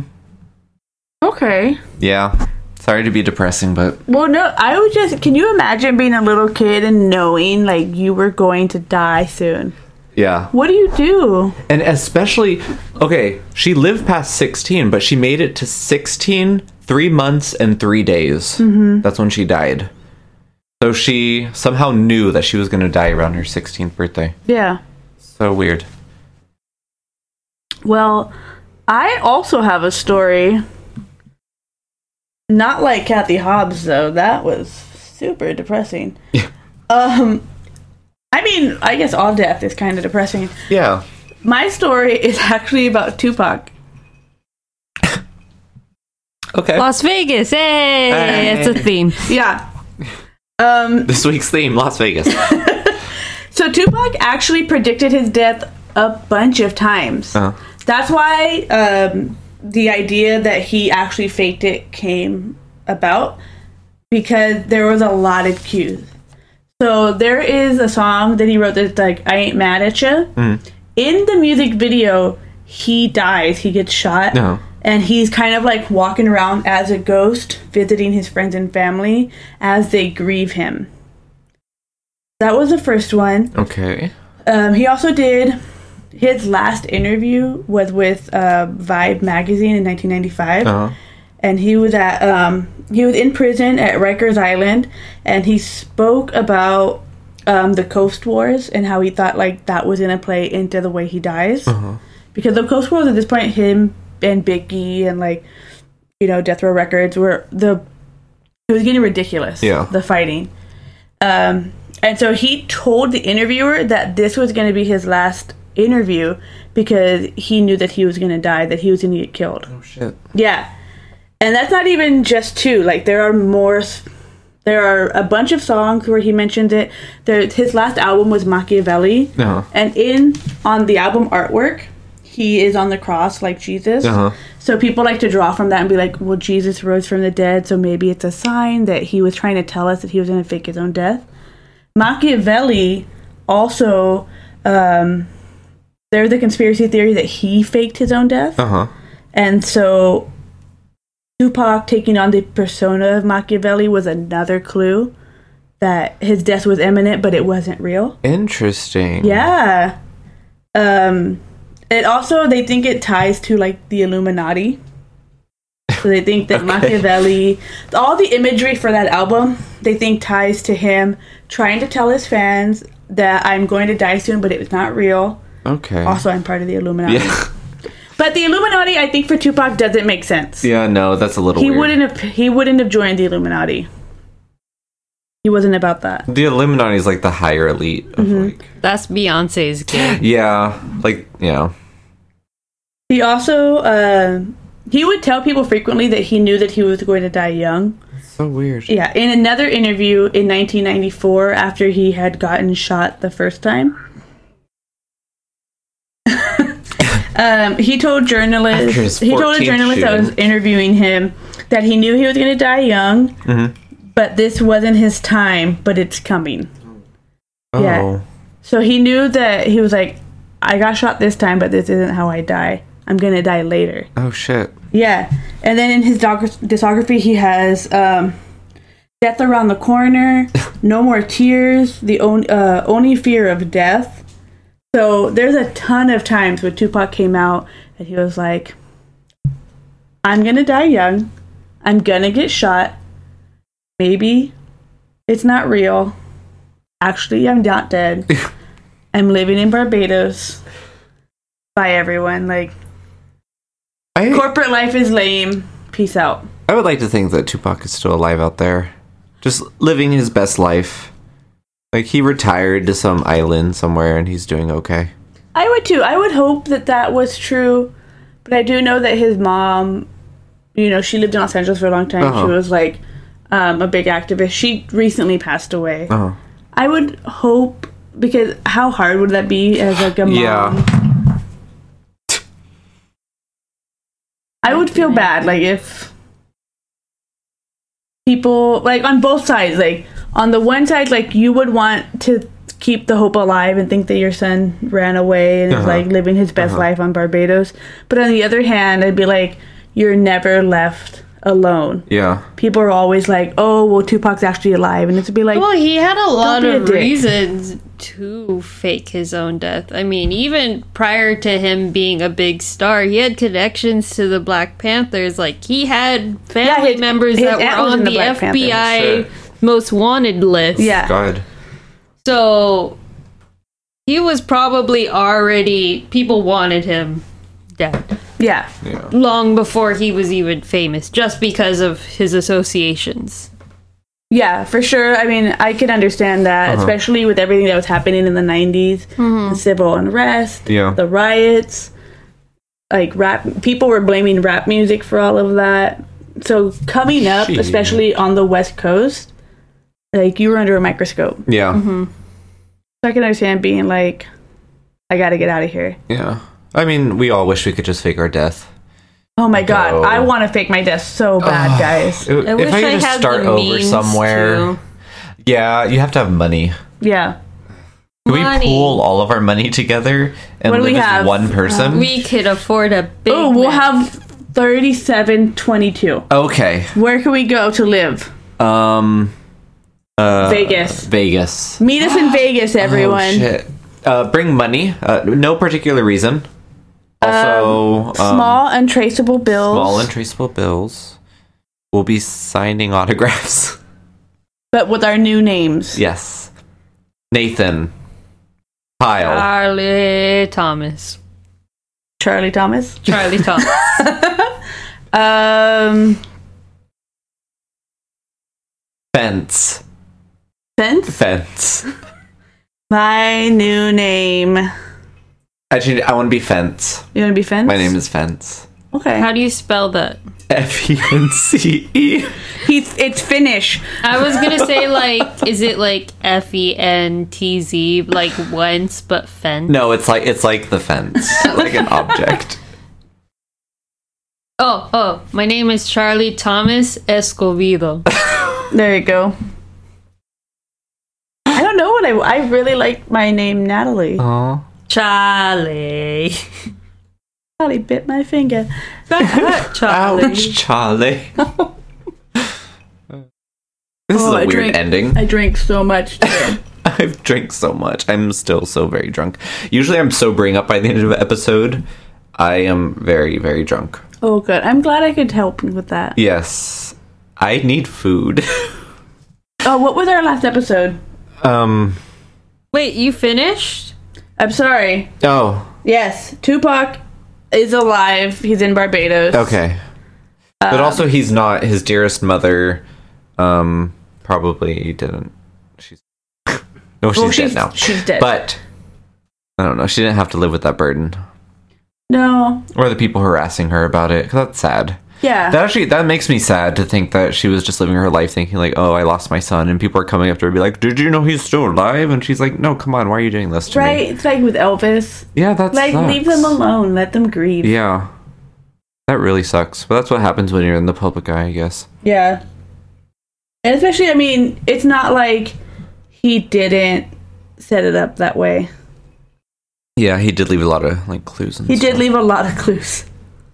S3: Okay.
S1: Yeah. Sorry to be depressing, but
S3: Well, no, I would just. Can you imagine being a little kid and knowing like you were going to die soon?
S1: yeah.
S3: What do you do?
S1: And especially, okay, she lived past 16, but she made it to 16, three months and three days.
S2: Mm-hmm.
S1: That's when she died. So she somehow knew that she was going to die around her 16th birthday.
S3: Yeah.
S1: So weird.
S3: Well, I also have a story. Not like Kathy Hobbs, though. That was super depressing.
S1: Yeah.
S3: Um, I mean, I guess all death is kind of depressing.
S1: Yeah.
S3: My story is actually about Tupac.
S1: Okay.
S2: Las Vegas, hey,
S1: Hey.
S2: it's a theme.
S3: Yeah. Um,
S1: This week's theme Las Vegas.
S3: So Tupac actually predicted his death a bunch of times.
S1: Uh-huh.
S3: That's why um, the idea that he actually faked it came about because there was a lot of cues. So there is a song that he wrote that's like "I Ain't Mad at Ya." In the music video, he dies. He gets shot.
S1: No.
S3: And he's kind of like walking around as a ghost, visiting his friends and family as they grieve him. That was the first one.
S1: okay.
S3: Um, he also did his last interview was with uh, Vibe magazine in 1995,
S1: Uh-huh.
S3: and he was at um, he was in prison at Rikers Island, and he spoke about um, the Coast Wars and how he thought like that was gonna play into the way he dies, because the Coast Wars at this point, him and Biggie and like you know Death Row Records were the it was getting ridiculous.
S1: Yeah.
S3: the fighting. Um, and so he told the interviewer that this was going to be his last interview because he knew that he was going to die, that he was going to get killed.
S1: Oh, shit.
S3: Yeah. And that's not even just two. Like, there are more. s- There are a bunch of songs where he mentions it. There, his last album was Machiavelli.
S1: Uh-huh.
S3: And in on the album artwork, he is on the cross like Jesus.
S1: Uh-huh.
S3: So people like to draw from that and be like, well, Jesus rose from the dead, so maybe it's a sign that he was trying to tell us that he was going to fake his own death. Machiavelli also, um, there's a conspiracy theory that he faked his own death.
S1: Uh huh.
S3: And so Tupac taking on the persona of Machiavelli was another clue that his death was imminent, but it wasn't real.
S1: Interesting.
S3: Yeah. Um it also they think it ties to like the Illuminati. So they think that Machiavelli all the imagery for that album they think ties to him trying to tell his fans that I'm going to die soon but it's not real.
S1: Okay.
S3: Also I'm part of the Illuminati.
S1: Mm. Yeah.
S3: But the Illuminati I think for Tupac doesn't make sense.
S1: yeah, no, that's a little
S3: He
S1: weird.
S3: wouldn't have he wouldn't have joined the Illuminati. He wasn't about that.
S1: The Illuminati is like the higher elite of
S3: Mm-hmm.
S1: like.
S2: That's Beyonce's game.
S1: Yeah. Like, yeah.
S3: He also uh, he would tell people frequently that he knew that he was going to die young.
S1: So weird.
S3: Yeah, in another interview in 1994, after he had gotten shot the first time, um, he told
S1: After his
S3: journalists he told a
S1: 14th
S3: journalist that was
S1: shooting.
S3: interviewing him that he knew he was going to die young,
S1: Mm-hmm.
S3: but this wasn't his time, but it's coming.
S1: Oh.
S3: Yeah. So he knew that he was like, I got shot this time, but this isn't how I die. I'm gonna die later.
S1: Oh, shit.
S3: Yeah, and then in his doc- discography, he has um, "Death Around the Corner," "No More Tears," "The on- uh, Only Fear of Death." So there's a ton of times when Tupac came out and he was like, "I'm gonna die young. I'm gonna get shot. Maybe it's not real. Actually, I'm not dead. I'm living in Barbados." By everyone, like
S1: I,
S3: corporate life is lame. Peace out.
S1: I would like to think that Tupac is still alive out there, just living his best life. Like he retired to some island somewhere and he's doing okay.
S3: I would too. I would hope that that was true, but I do know that his mom, you know, she lived in Los Angeles for a long time.
S1: Uh-huh.
S3: She was like um, a big activist. She recently passed away.
S1: Oh,
S3: I would hope because how hard would that be as like a mom?
S1: yeah,
S3: I would feel bad like if people like on both sides like on the one side like you would want to keep the hope alive and think that your son ran away and is
S1: Uh-huh.
S3: like living his best life on Barbados. But on the other hand, I'd be like, you're never left alone.
S1: Yeah.
S3: People are always like, oh, well, Tupac's actually alive. And it's be like,
S2: Well, he had a lot
S3: be a
S2: of
S3: dick.
S2: reasons to fake his own death. I mean, even prior to him being a big star, he had connections to the Black Panthers. Like he had family
S3: his-
S2: members
S3: his
S2: that
S3: aunt
S2: were
S3: was
S2: on
S3: in
S2: the,
S3: the Black Panthers.
S2: FBI
S1: Sure.
S2: most wanted list.
S3: yeah.
S1: God.
S2: So he was probably already people wanted him dead
S3: Yeah.
S1: Yeah.
S2: long before he was even famous just because of his associations.
S3: Yeah, for sure. I mean, I can understand that, especially with everything that was happening in the 90s the civil unrest,
S1: Yeah.
S3: the riots. Like, rap, people were blaming rap music for all of that. So, coming up,
S1: Shit.
S3: especially on the West Coast, like, you were under a microscope.
S1: Yeah.
S3: So, I can understand being like, I gotta get out of here.
S1: Yeah. I mean, we all wish we could just fake our death.
S3: Oh my god,
S1: Oh.
S3: I wanna fake my death so bad, guys.
S1: If-
S2: I
S1: if
S2: wish
S1: I
S2: I,
S1: could just
S2: had
S1: start
S2: the
S1: over
S2: means
S1: somewhere.
S2: to.
S1: Yeah, you have to have money.
S3: Yeah.
S1: Do we
S2: Money.
S1: pool all of our money together and
S3: What do
S1: live
S3: we
S1: as
S3: have?
S1: one person?
S2: Uh, We could afford a big.
S3: Oh, we'll
S2: Mac.
S3: have 3722.
S1: okay.
S3: Where can we go to live?
S1: Um. Uh,
S3: Vegas.
S1: Vegas.
S3: Meet us in Vegas, everyone.
S1: Oh, shit. Uh, bring money. Uh, no particular reason. Also, um,
S3: Small, untraceable bills.
S1: small and traceable bills. We'll be signing autographs.
S3: but with our new names.
S1: yes. Nathan. Kyle.
S2: Charlie Thomas.
S3: Charlie Thomas.
S2: Charlie Thomas.
S3: Um,
S1: Fence.
S3: since
S1: Fence.
S3: my new name. You
S1: Actually, I want to be Fence.
S3: want to be Fence?
S1: My name is Fence.
S3: Okay.
S2: How do you spell that?
S1: F E N C E.
S3: He's, it's Finnish.
S2: I was gonna say like, is it like F E N T Z like once but fen?
S1: No, it's like it's like the fence, like an object.
S2: Oh, oh, my name is Charlie Thomas Escovedo.
S3: There you go. I don't know what I. I really like my name, Natalie.
S1: Oh,
S2: Charlie.
S3: Natalie bit my finger.
S2: Charlie.
S1: ouch, Charlie. This is
S3: Oh,
S1: a
S3: I
S1: weird
S3: drink-
S1: ending.
S3: I drink so much. today.
S1: I've drank so much. I'm still so very drunk. Usually, I'm sobering up by the end of an episode. I am very, very drunk.
S3: oh, good. I'm glad I could help you with that.
S1: Yes, I need food.
S3: Oh, what was our last episode?
S1: um.
S2: Wait, you finished?
S3: I'm sorry.
S1: Oh.
S3: Yes, Tupac is alive. He's in Barbados.
S1: Okay.
S3: Um,
S1: but also, he's not his dearest mother. Um. Probably didn't. She's. No, she's,
S3: Well, she's,
S1: dead now.
S3: she's dead.
S1: But I don't know. She didn't have to live with that burden
S3: no,
S1: or the people harassing her about it. 'cause that's sad.
S3: yeah,
S1: That actually that makes me sad to think that she was just living her life thinking like, "Oh, I lost my son," and people are coming up to her and be like, "Did you know he's still alive?" And she's like, "No, come on, why are you doing this to
S3: right.
S1: me?"
S3: It's like with Elvis.
S1: Yeah, that's
S3: Like, leave them alone. Let them grieve. Yeah.
S1: Yeah, that really sucks. But that's what happens when you're in the public eye, I guess.
S3: And especially, I mean, it's not like he didn't set it up that way.
S1: Yeah, he did leave a lot of like clues. And
S3: He did
S1: stuff.
S3: leave a lot of clues.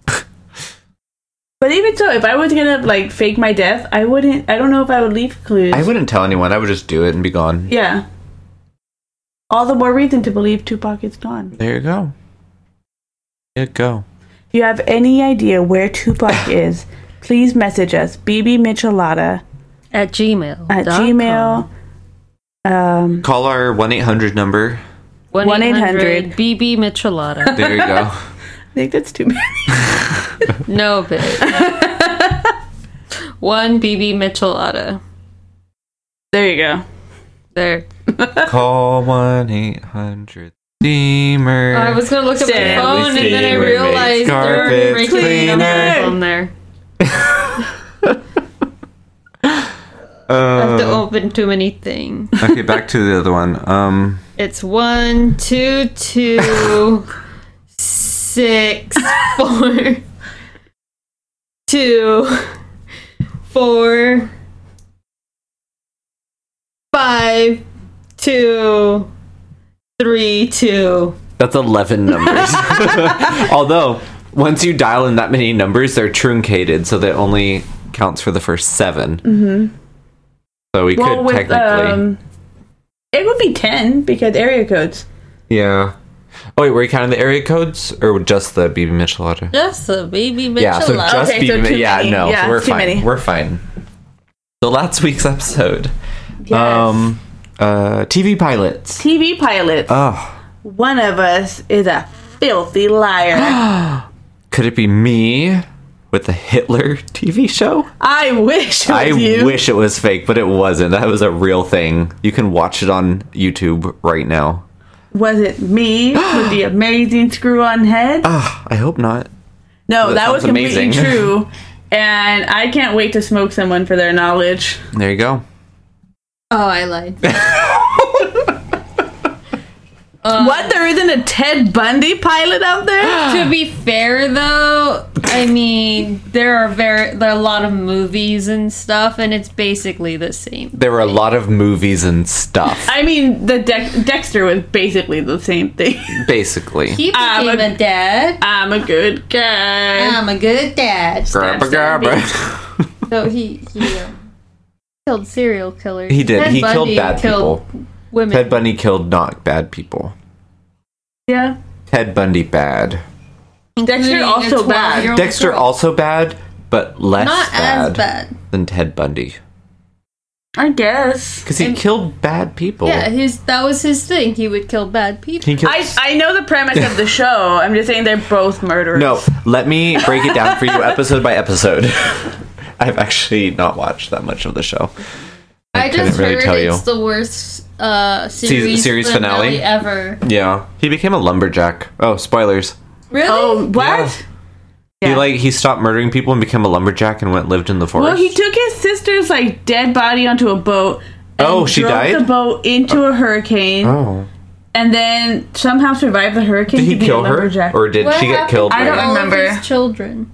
S3: but even so, if I was gonna like fake my death, I wouldn't. I don't know if I would leave clues.
S1: I wouldn't tell anyone. I would just do it and be gone.
S3: Yeah. All the more reason to believe Tupac is gone.
S1: There you go. There you go.
S3: If you have any idea where Tupac is, please message us, BB Michelada
S2: At Gmail.
S3: at Gmail. Um,
S1: Call our one eight hundred number.
S2: 1
S3: 1-800.
S2: 800 BB Michelada.
S1: There you go.
S3: I think that's too many.
S2: No, bitch. One BB Michelada.
S3: There you go.
S2: There.
S1: Call one eight hundred steamer.
S2: I was gonna look at my
S3: Stanley
S2: phone and then I
S1: Steamer
S2: realized
S1: makes
S2: there were
S1: carpets
S2: regular
S1: cleaner.
S2: numbers on there. I have to open too many things.
S1: Uh, okay, back to the other one. Um,
S2: It's one, two, two, six, four, two, four, five, two,
S4: three, two.
S1: That's 11 numbers. Although, once you dial in that many numbers, they're truncated, so that only counts for the first 7 Mm-hmm. So we
S3: Well,
S1: could
S3: with
S1: technically.
S3: um, it would be ten because area codes.
S1: yeah. Oh, wait, were you counting the area codes or just the BB Michelada?
S4: That's a baby bitch
S1: Yeah, so
S4: alive.
S1: just
S3: Okay,
S1: BB.
S3: so too
S1: yeah,
S3: many.
S1: no,
S3: Yeah,
S1: we're
S3: too
S1: fine.
S3: many.
S1: We're fine. So last week's episode.
S3: Yes.
S1: Um, uh, TV pilots.
S3: TV pilots.
S1: Oh,
S3: One of us is a filthy liar.
S1: could it be me with the Hitler TV show?
S3: I wish. It was
S1: I
S3: you.
S1: wish it was fake, but it wasn't. That was a real thing. You can watch it on YouTube right now.
S3: Was it me with the amazing screw on head?
S1: Ah, I hope not.
S3: no,
S1: that
S3: that, was
S1: sounds
S3: completely
S1: amazing.
S3: true. And I can't wait to smoke someone for their knowledge.
S1: There you go.
S4: Oh, I lied.
S3: what? There isn't a Ted Bundy pilot out there?
S4: to be fair, though, I mean there are very there are a lot of movies and stuff, and it's basically the same.
S1: There were a lot of movies and stuff,
S3: I mean, the Dex Dexter was basically the same thing.
S1: basically.
S4: He
S3: I'm
S4: became
S3: a-
S4: a dad.
S3: I'm a good guy.
S4: I'm a good dad.
S1: Grabba,
S3: Stab, stab,
S1: grabba.
S4: So he he um, killed serial killers.
S1: He did.
S4: Ted
S1: he
S4: Bundy
S1: killed bad
S4: killed
S1: people.
S4: Women.
S1: Ted Bundy killed not bad people.
S3: yeah.
S1: Ted Bundy bad.
S4: Oh
S3: Dexter
S4: Including a
S3: also bad.
S4: 12-year-old
S1: Dexter
S4: girl.
S1: also bad, but less
S4: not
S1: bad,
S4: as bad.
S1: than Ted Bundy
S3: I guess.
S1: because he killed bad people.
S4: Yeah, his that was his thing. He would kill bad people.
S1: He killed.
S3: I, I know the premise of the show. I'm just saying they're both murderers.
S1: no, let me break it down for you episode by episode. I've actually not watched that much of the show.
S4: I,
S1: couldn't
S4: just
S1: really
S4: heard
S1: tell
S4: it's the worst uh, series,
S1: series
S4: finale,
S1: finale?
S4: ever.
S1: Yeah, he became a lumberjack. Oh, spoilers.
S4: Really?
S3: Oh, what?
S1: He
S3: Yeah.
S1: like he stopped murdering people and became a lumberjack and went lived in the forest.
S3: Well, he took his sister's like dead body onto a boat. and
S1: Oh, she
S3: drove
S1: died?
S3: The boat into a hurricane,
S1: oh,
S3: and then somehow survived the hurricane.
S1: did he
S3: to be a
S1: kill her
S3: lumberjack.
S1: or did
S4: What
S1: she get
S4: happened
S1: killed?
S4: to
S3: I
S1: by-
S3: don't
S4: all of
S3: remember.
S4: his children.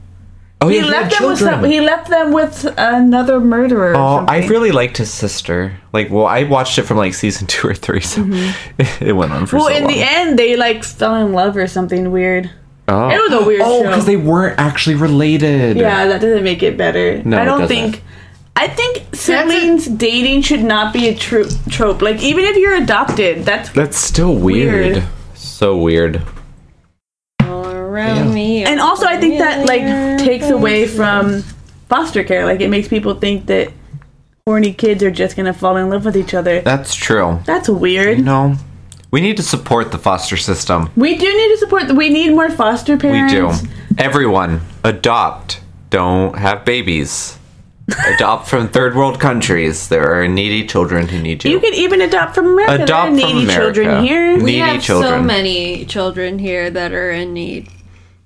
S1: Oh,
S3: he
S1: yeah, had
S3: left them with
S1: children.
S3: some, he left them with another murderer. or
S1: Oh, I
S3: something.
S1: really liked his sister. Like, well, I watched it from like season two or three, so it went on for
S3: Mm-hmm. Well,
S1: so
S3: in
S1: long.
S3: the end, they like fell in love or something weird.
S1: oh,
S3: It was a weird
S1: Oh,
S3: show.
S1: because they weren't actually related.
S3: yeah, that doesn't make it better.
S1: No,
S3: I
S1: it
S3: don't
S1: doesn't.
S3: think. I think siblings dating should not be a tro- trope. Like even if you're adopted, that's
S1: that's still weird.
S3: Weird.
S1: So weird.
S4: All around
S1: Yeah.
S4: me.
S3: and also I think that like takes away from foster care. Like it makes people think that horny kids are just gonna fall in love with each other.
S1: That's true.
S3: That's weird.
S1: No, we need to support the foster system.
S3: We do need to support. We need more foster
S1: We
S3: parents.
S1: do. Everyone adopt. Don't have babies. adopt from third world countries. There are needy children who need you.
S3: You can even adopt from America. there are
S1: Adopt from
S3: needy children
S1: America.
S3: here.
S1: We-
S4: we
S1: needy
S4: have so
S1: children.
S4: many children here that are in need.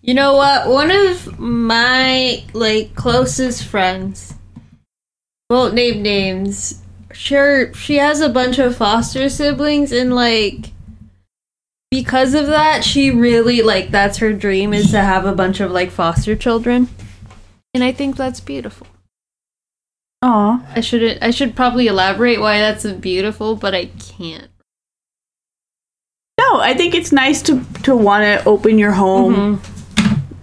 S4: You know what? One of my like closest friends won't name names. Sure, she has a bunch of foster siblings, and like because of that, she really like that's her dream is to have a bunch of like foster children, and I think that's beautiful.
S3: Aw.
S4: I shouldn't. I should probably elaborate why that's beautiful, but I can't.
S3: No, I think it's nice to to want to open your home.
S5: Mm-hmm.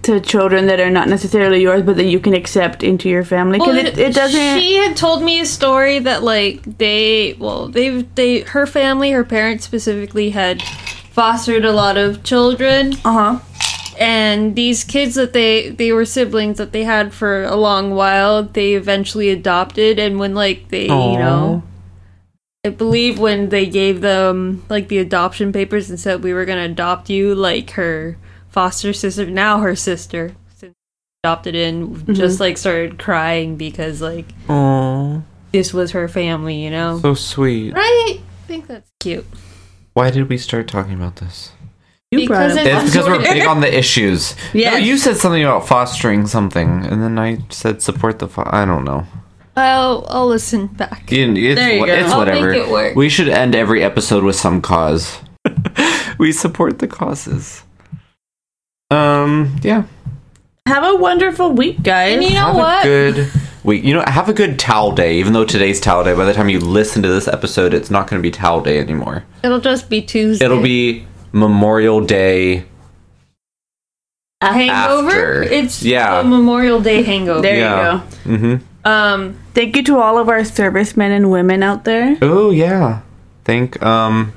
S3: To children that are not necessarily yours, but that you can accept into your family, because it, it doesn't.
S4: She had told me a story that like they well they they her family her parents specifically had fostered a lot of children
S3: uh huh.
S4: and these kids that they they were siblings that they had for a long while they eventually adopted and when like they you know I believe when they gave them like the adoption papers and said we were gonna adopt you like her foster sister now her sister since adopted in
S3: Mm-hmm.
S4: just like started crying because like
S1: Oh,
S4: this was her family, you know?
S1: so sweet.
S4: Right? I think that's cute.
S1: Why did we start talking about this?
S3: You brought
S4: Because
S3: it up.
S4: it's-
S1: It's because we're big on the issues.
S3: Yes.
S1: No, you said something about fostering something, and then I said support the. Fo- I don't know.
S4: I'll I'll listen back.
S1: You- it's,
S3: There you
S1: wha-
S3: go.
S1: it's
S4: I'll
S1: whatever.
S4: make it work.
S1: We should end every episode with some cause. we support the causes. Um. Yeah.
S3: Have a wonderful week, guys.
S4: And you know
S1: Um, Have a
S4: what?
S1: good week. You know, have a good towel day, even though today's towel day. By the time you listen to this episode, it's not going to be towel day anymore.
S5: It'll just be Tuesday.
S1: It'll be Memorial Day.
S5: a hangover.
S1: after.
S5: It's
S1: Yeah.
S5: a Memorial Day hangover.
S3: There
S1: Yeah.
S3: you go.
S5: Um,
S3: Thank you to all of our servicemen and women out there.
S1: Oh yeah. Thank um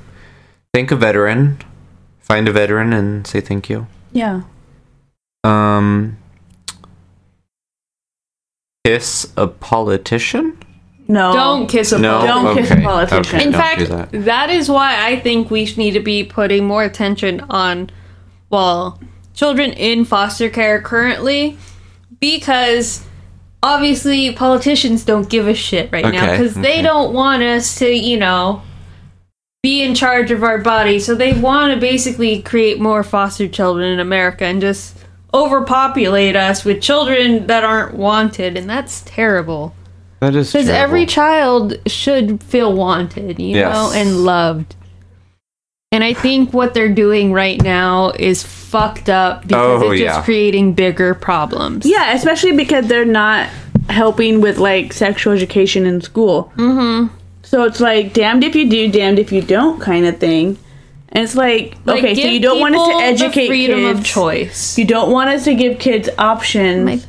S1: thank a veteran. Find a veteran and say thank you.
S3: Yeah.
S1: Um kiss a politician?
S3: No.
S5: don't kiss a
S1: No.
S5: bug.
S3: Don't kiss a politician.
S5: In
S1: don't
S5: fact,
S1: do that.
S5: that is why I think we sh- need to be putting more attention on, well, children in foster care currently, because obviously politicians don't give a shit right now
S1: Okay,
S5: because they
S1: okay.
S5: don't want us to, you know, be in charge of our body. So they want to basically create more foster children in America and just overpopulate us with children that aren't wanted, and that's terrible.
S1: That is
S5: Because
S1: terrible.
S5: every child should feel wanted, you
S1: Yes.
S5: know, and loved. And I think what they're doing right now is fucked up because
S1: Oh,
S5: it's just
S1: yeah.
S5: creating bigger problems.
S3: Yeah, especially because they're not helping with like sexual education in school. Mm-hmm. So it's like damned if you do, damned if you don't kind of thing. And it's like,
S5: Like,
S3: okay, so
S5: give
S3: you don't want us
S5: people
S3: to
S5: the
S3: educate
S5: freedom
S3: kids.
S5: of choice.
S3: You don't want us to give kids options.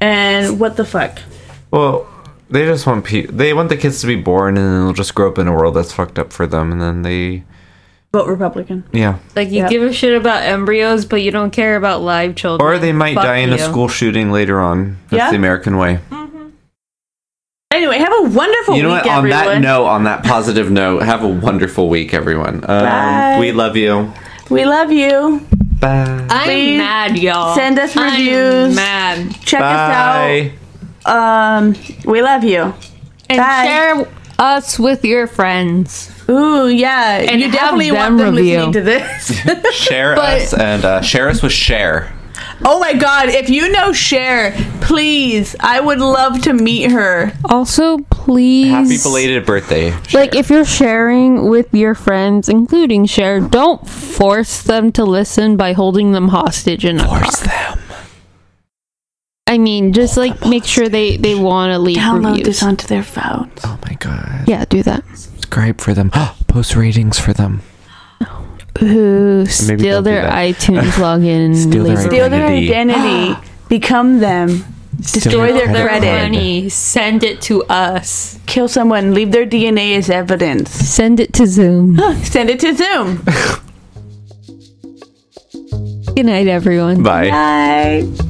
S3: and what the fuck?
S1: Well, they just want pe- they want the kids to be born and then they'll just grow up in a world that's fucked up for them and then they
S3: Vote Republican.
S1: yeah.
S5: Like you
S3: Yeah.
S5: give a shit about embryos, but you don't care about live children.
S1: Or they might
S5: Fuck
S1: die in a
S5: you.
S1: school shooting later on. That's
S3: Yeah.
S1: the American way.
S3: Anyway, have a wonderful
S1: You know
S3: week,
S1: what? On
S3: everyone.
S1: that note, on that positive note, have a wonderful week, everyone. Um,
S3: Bye.
S1: We love you.
S3: we love you.
S1: Bye.
S5: I'm
S3: Please
S5: mad, y'all.
S3: send us
S5: I'm
S3: reviews.
S5: mad.
S3: Check us out. Um, we love you.
S5: And
S3: Bye.
S5: share us with your friends.
S3: Ooh, yeah.
S5: And
S3: you
S5: have
S3: definitely
S5: them
S3: want them
S5: review.
S3: listening to this.
S1: Share
S5: But-
S1: us and uh, share us with share.
S3: Oh my god, if you know Cher, please, I would love to meet her.
S5: Also, please.
S1: Happy belated birthday.
S5: Like if you're sharing with your friends, including share, don't force them to listen by holding them hostage in a car.
S1: them.
S5: I mean, just like make sure they they want to leave
S3: Download
S5: reviews.
S3: this onto their phones.
S1: Oh my god.
S5: yeah, do that.
S1: Subscribe for them. Post ratings for them.
S5: Ooh,
S1: Maybe
S5: steal
S1: don't do
S5: their
S1: that.
S5: iTunes login and
S1: Steal their
S5: leave a-
S1: Steal
S3: Steal their identity, become them, destroy their
S1: their
S3: credit,
S1: credit.
S5: money. Send it to us.
S3: kill someone, leave their DNA as evidence.
S5: Send it to Zoom.
S3: Send it to Zoom.
S5: Good night, everyone.
S1: Bye.
S3: Bye.